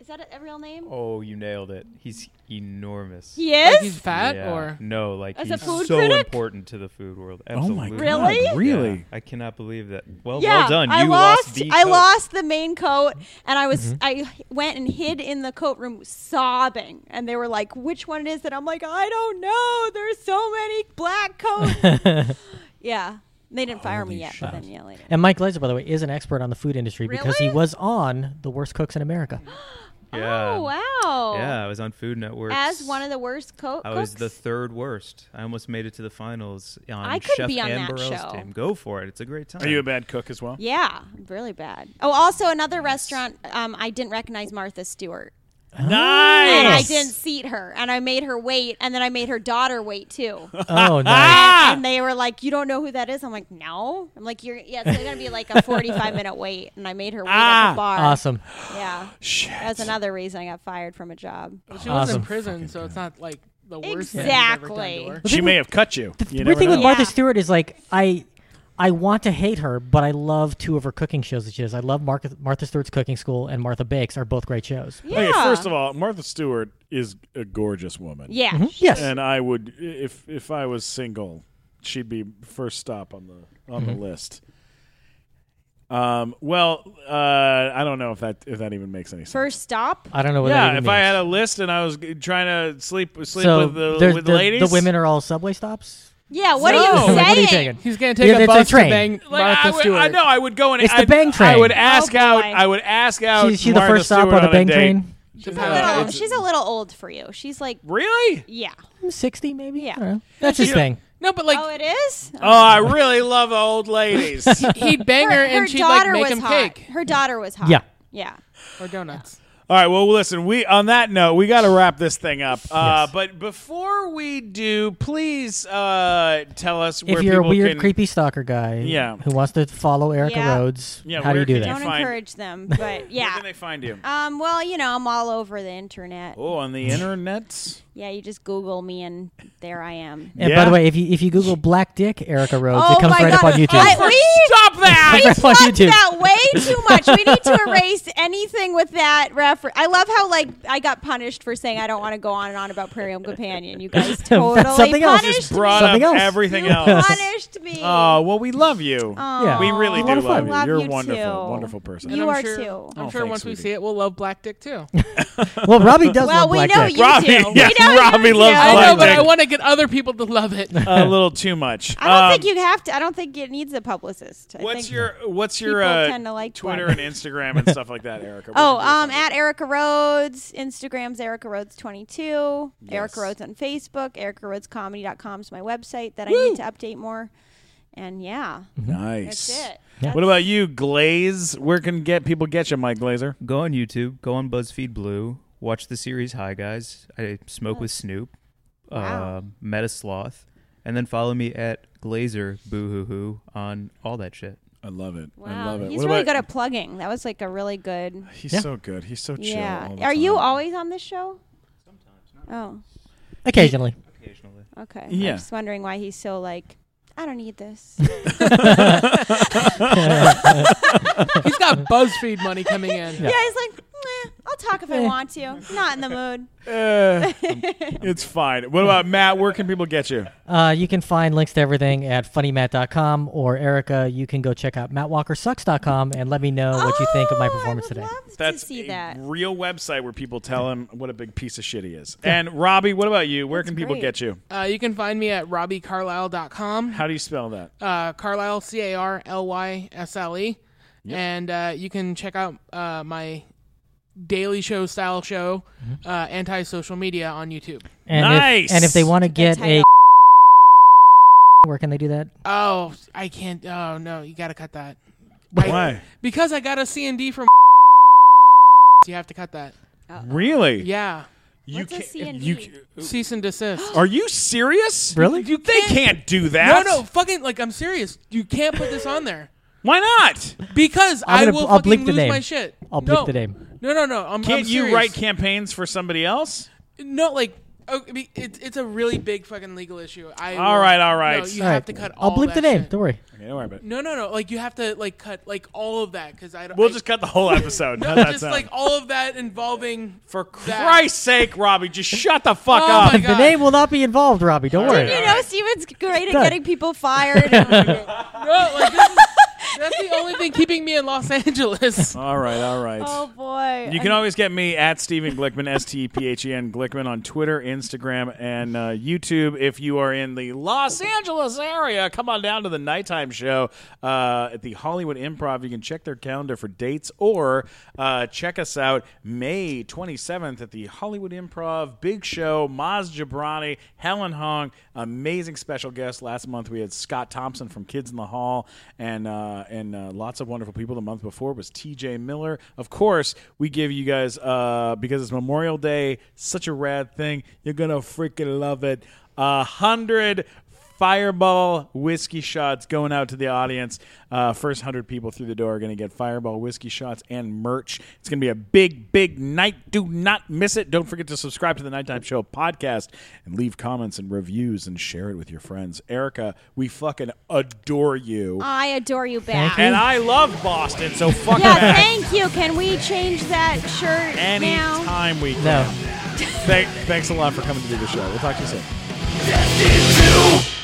S4: Is that a, a real name?
S5: Oh, you nailed it. He's enormous.
S4: He
S1: Like
S4: is.
S1: he's fat
S5: Yeah.
S1: or
S5: no? Like
S4: As a
S5: he's
S4: food
S5: so
S4: critic?
S5: important to the food world.
S2: Oh my
S5: Absolutely.
S2: god!
S4: Really? Yeah.
S2: Really?
S5: Yeah, I cannot believe that. Well,
S4: yeah,
S5: well done. You
S4: I lost.
S5: the
S4: I
S5: coat. Mm-hmm.
S4: lost the main coat, and I was. I went and hid in the coat room sobbing, and they were like, "Which one it is?" And I'm like, "I don't know. There's so many black coats." yeah, they didn't fire me
S2: Holy
S4: yet, but then yeah, later.
S3: And Mike Glazer, by the way, is an expert on the food industry because he
S4: Really?
S3: was on The Worst Cooks in America.
S5: Yeah.
S4: Oh wow!
S5: Yeah, I was on Food Network.
S4: as one of the worst co-
S5: I was the
S4: cooks?
S5: third worst. I almost made it to the finals on
S4: I could
S5: Chef
S4: be on
S5: Ann
S4: that
S5: Burrell's
S4: show.
S5: team. Go for it. It's a great time.
S2: Are you a bad cook as well?
S4: yeah, really bad. Oh, also another restaurant. Um, I didn't recognize Martha Stewart.
S2: Nice.
S4: And I didn't seat her, and I made her wait, and then I made her daughter wait too.
S3: Oh, nice.
S4: And they were like, "You don't know who that is?" I'm like, "No." I'm like, "You're yeah." It's gonna be like a 45 minute wait, and I made her wait at
S2: Ah,
S4: the bar.
S3: Awesome.
S4: Yeah,
S2: Shit.
S4: that's another reason I got fired from a job.
S1: But she was in
S3: Awesome.
S1: prison, so it's not like the worst thing
S4: Exactly.
S1: you've ever done to her.
S2: She may have cut you.
S3: The
S2: You
S3: weird
S2: never
S3: thing with
S2: know.
S4: Mar-
S3: Martha
S4: Yeah.
S3: Stewart is like I, I want to hate her, but I love two of her cooking shows that she does. I love Martha, Martha Stewart's Cooking School and Martha Bakes are both great shows.
S4: Yeah.
S2: Okay, first of all, Martha Stewart is a gorgeous woman.
S4: yeah.
S3: Yes.
S2: And I would, if if I was single, she'd be first stop on the on the list. Um. Well, uh, I don't know if that if that even makes any sense.
S4: First stop.
S3: I don't know what that
S2: yeah,
S3: even
S2: if I
S3: means.
S2: had a list and I was g- trying to sleep sleep
S3: so
S2: with the
S3: there's
S2: with
S3: the,
S2: ladies,
S3: the women are all subway stops.
S4: Yeah. What
S2: No.
S4: are you
S3: Like, what are you
S4: saying?
S3: taking?
S1: He's gonna take
S3: Yeah,
S1: a
S3: it's a
S1: bus to
S3: train.
S1: bang
S2: Like,
S1: Martha
S2: I would,
S1: Stewart.
S2: I know I would go and
S3: It's the
S2: I'd-
S3: bang
S2: I
S3: train.
S2: would ask
S4: Oh,
S2: out.
S4: boy.
S2: I would ask out.
S3: She's she the
S2: Martha
S3: first stop
S2: Stewart
S3: on the
S2: a
S3: bang
S2: date.
S3: train.
S1: She's
S4: She's a
S1: hot.
S4: little.
S1: It's-
S4: um, She's a little old for you. She's like,
S2: Really?
S4: yeah.
S3: Sixty maybe.
S4: Yeah.
S3: I don't know. That's his thing.
S1: no, but like
S4: oh, it is.
S2: Oh, I really love old ladies. All
S1: he'd bang her, and she'd like
S4: daughter
S1: make
S4: was
S1: him
S4: hot.
S1: cake
S4: Her daughter was hot.
S3: Yeah.
S4: Yeah.
S1: or donuts.
S2: right. Well, listen. We on that note, we got to wrap this thing up. Uh, But before we do, please uh, tell us where
S3: if you're a
S2: people
S3: weird,
S2: can-
S3: creepy stalker guy,
S2: Yeah.
S3: who wants to follow Erica
S4: Yeah.
S3: Rhodes,
S2: Yeah,
S3: how do
S2: where
S3: you do
S2: can
S3: that?
S2: you
S4: Don't
S2: find-
S4: encourage them, but
S2: Where
S4: yeah.
S2: can they find you?
S4: Um, well, you know, I'm all over the internet.
S2: Oh, on the internet.
S4: Yeah, you just Google me, and there I am.
S3: And by
S2: Yeah.
S3: the way, if you if you Google black dick Erica Rhodes,
S4: Oh
S3: it comes
S4: my
S3: right up on
S4: God.
S3: YouTube.
S4: I- we-
S2: Stop that!
S4: We
S3: Right on
S4: fucked
S3: YouTube.
S4: that way too much. We need to erase anything with that reference. I love how like I got punished for saying I don't want to go on and on about Prairie Home Companion. You guys totally
S3: something else.
S4: punished
S3: Just
S4: me.
S2: Brought
S3: Something
S2: up
S3: else.
S2: everything
S4: you
S2: else.
S4: punished me.
S2: Oh, well, we love you.
S4: Aw.
S2: We really
S3: A
S2: do
S3: lot of
S2: love
S3: fun.
S2: you.
S4: Love
S2: You're a
S4: you
S2: wonderful,
S4: too.
S2: wonderful person.
S1: And
S4: You
S1: I'm
S4: are
S1: sure,
S4: too.
S1: I'm
S2: Oh,
S1: sure
S2: thanks,
S1: once we
S2: sweetie.
S1: see it, we'll love Black Dick too.
S3: well, Robbie does
S4: Well,
S3: love
S4: we
S3: black
S4: know
S3: dick.
S4: you
S2: Robbie-
S4: do.
S2: yeah,
S4: we know
S2: Robbie
S4: you
S2: loves
S4: do.
S1: I know,
S2: Black
S1: but
S2: Dick.
S1: I want to get other people to love it.
S2: a little too much.
S4: I don't
S2: Um,
S4: think you have to. I don't think it needs a publicist. I
S2: What's
S4: think-
S2: your What's your
S4: people
S2: uh,
S4: tend to like
S2: Twitter
S4: black.
S2: and Instagram and stuff like that, Erica? Where
S4: Oh,
S2: can people find
S4: um,
S2: you?
S4: at Erica Rhodes. Instagram's Erica Rhodes 22.
S2: Yes.
S4: Erica Rhodes on Facebook. EricaRhodesComedy.com is my website that I need to update more. And yeah,
S2: nice.
S4: that's it.
S2: What about you, Glaze? Where can get people get you, Mike Glazer?
S5: Go on YouTube. Go on BuzzFeed Blue. Watch the series Hi Guys. I smoke with Snoop. Uh,
S4: Wow.
S5: Meta Sloth. And then follow me at Glazer Boohoohoo on all that shit.
S2: I love it. I
S4: Wow,
S2: love it.
S4: he's really good at plugging. That was like a really good.
S2: He's
S3: Yeah.
S2: so good. He's so chill.
S4: yeah.
S2: all the
S4: Are you
S2: time.
S4: always on this show? Oh. Sometimes.
S3: Occasionally.
S5: Occasionally.
S4: Oh, okay.
S2: Yeah.
S4: I'm just wondering why he's so like. I don't need this.
S1: He's got BuzzFeed money coming in.
S4: yeah, he's like, "Meh, I'll talk if
S2: Eh.
S4: I want to. Not in the mood.
S2: Uh, it's fine. What about Matt? Where can people get you?
S3: Uh, you can find links to everything at funnymat.com or Erica. You can go check out mattwalkersucks.com and let me know what you think of my
S4: Oh, I
S3: performance
S4: would
S3: today.
S4: love
S2: That's
S4: to see
S2: a
S4: that.
S2: real website where people tell him what a big piece of shit he is. And Robbie, what about you? Where can people
S4: great.
S2: get you?
S1: Uh, you can find me at robbiecarlisle.com.
S2: How do you spell that?
S1: uh, Carlisle, C A R L Y S L E. And uh, you can check out uh, my daily show style show,
S2: Mm-hmm.
S1: uh, Anti Social Media, on YouTube.
S3: And
S2: Nice.
S3: If, and if they want to get a
S4: title.
S3: where can they do that?
S1: Oh, I can't. Oh, no. You got to cut that. I-
S2: Why?
S1: Because I got a C and D from. You have to cut that.
S2: Really?
S1: Yeah.
S2: You
S4: What's a
S2: can't.
S4: CND?
S2: You, ca-
S1: Cease and desist.
S2: are you serious?
S3: Really?
S2: You, they can't do
S1: No,
S2: that.
S1: no, fucking like I'm serious. You can't put this on there
S2: Why not?
S1: because
S3: I'm
S1: I
S3: gonna-
S1: will
S3: I'll
S1: fucking
S3: bleep the
S1: lose
S3: name.
S1: my shit.
S3: I'll bleep
S1: no.
S3: the name.
S1: No, no, no. I'm, I'm
S2: Can't you
S1: serious.
S2: write campaigns for somebody else?
S1: No, like Oh, I mean, it's it's a really big fucking legal issue. I
S2: All
S1: will-
S2: right, all right.
S1: No, you
S3: All
S1: have
S3: right.
S1: to cut.
S3: I'll
S1: all
S3: bleep
S1: that
S3: the name.
S1: shit.
S3: Don't worry.
S2: Okay, don't worry about it.
S1: No, no, no. Like you have to like cut like all of that because I don't.
S2: We'll
S1: I-
S2: just cut the whole episode.
S1: no,
S2: How's that
S1: just
S2: sound?
S1: like all of that involving.
S2: For
S1: that.
S2: Christ's sake, Robbie, just shut the fuck
S1: Oh
S2: up.
S1: my
S3: The
S1: God.
S3: name will not be involved, Robbie. Don't
S4: Did
S3: worry.
S4: you know Steven's great at
S3: Done.
S4: getting people fired? And
S1: No, like this is, that's the only thing keeping me in Los Angeles.
S2: All right, all right.
S4: oh boy!
S2: You can always get me at Stephen Glickman, S T E P H E N Glickman on Twitter, Instagram, and uh, YouTube. If you are in the Los Angeles area, come on down to the nighttime show uh, at the Hollywood Improv. You can check their calendar for dates or uh, check us out May 27th at the Hollywood Improv. Big show, Maz Jabrani, Helen Hong, amazing special guests. Last month we had Scott Thompson from Kids in the Hall, and uh, and uh, lots of wonderful people. The month before was T.J. Miller. Of course, we give you guys uh, because it's Memorial Day, such a rad thing. You're gonna freaking love it. A hundred fireball whiskey shots going out to the audience. Uh, first 100 people through the door are going to get fireball whiskey shots and merch. It's going to be a big, big night. Do not miss it. Don't forget to subscribe to the Nighttime Show podcast and leave comments and reviews and share it with your friends. Erica, we fucking adore you.
S4: I adore you back.
S2: and I love Boston, so fuck
S4: yeah,
S2: that.
S4: thank you. Can we change that shirt now?
S2: Anytime we can.
S3: No.
S2: Thank, thanks a lot for coming to do the show. We'll talk to you soon.
S8: Destiny 2.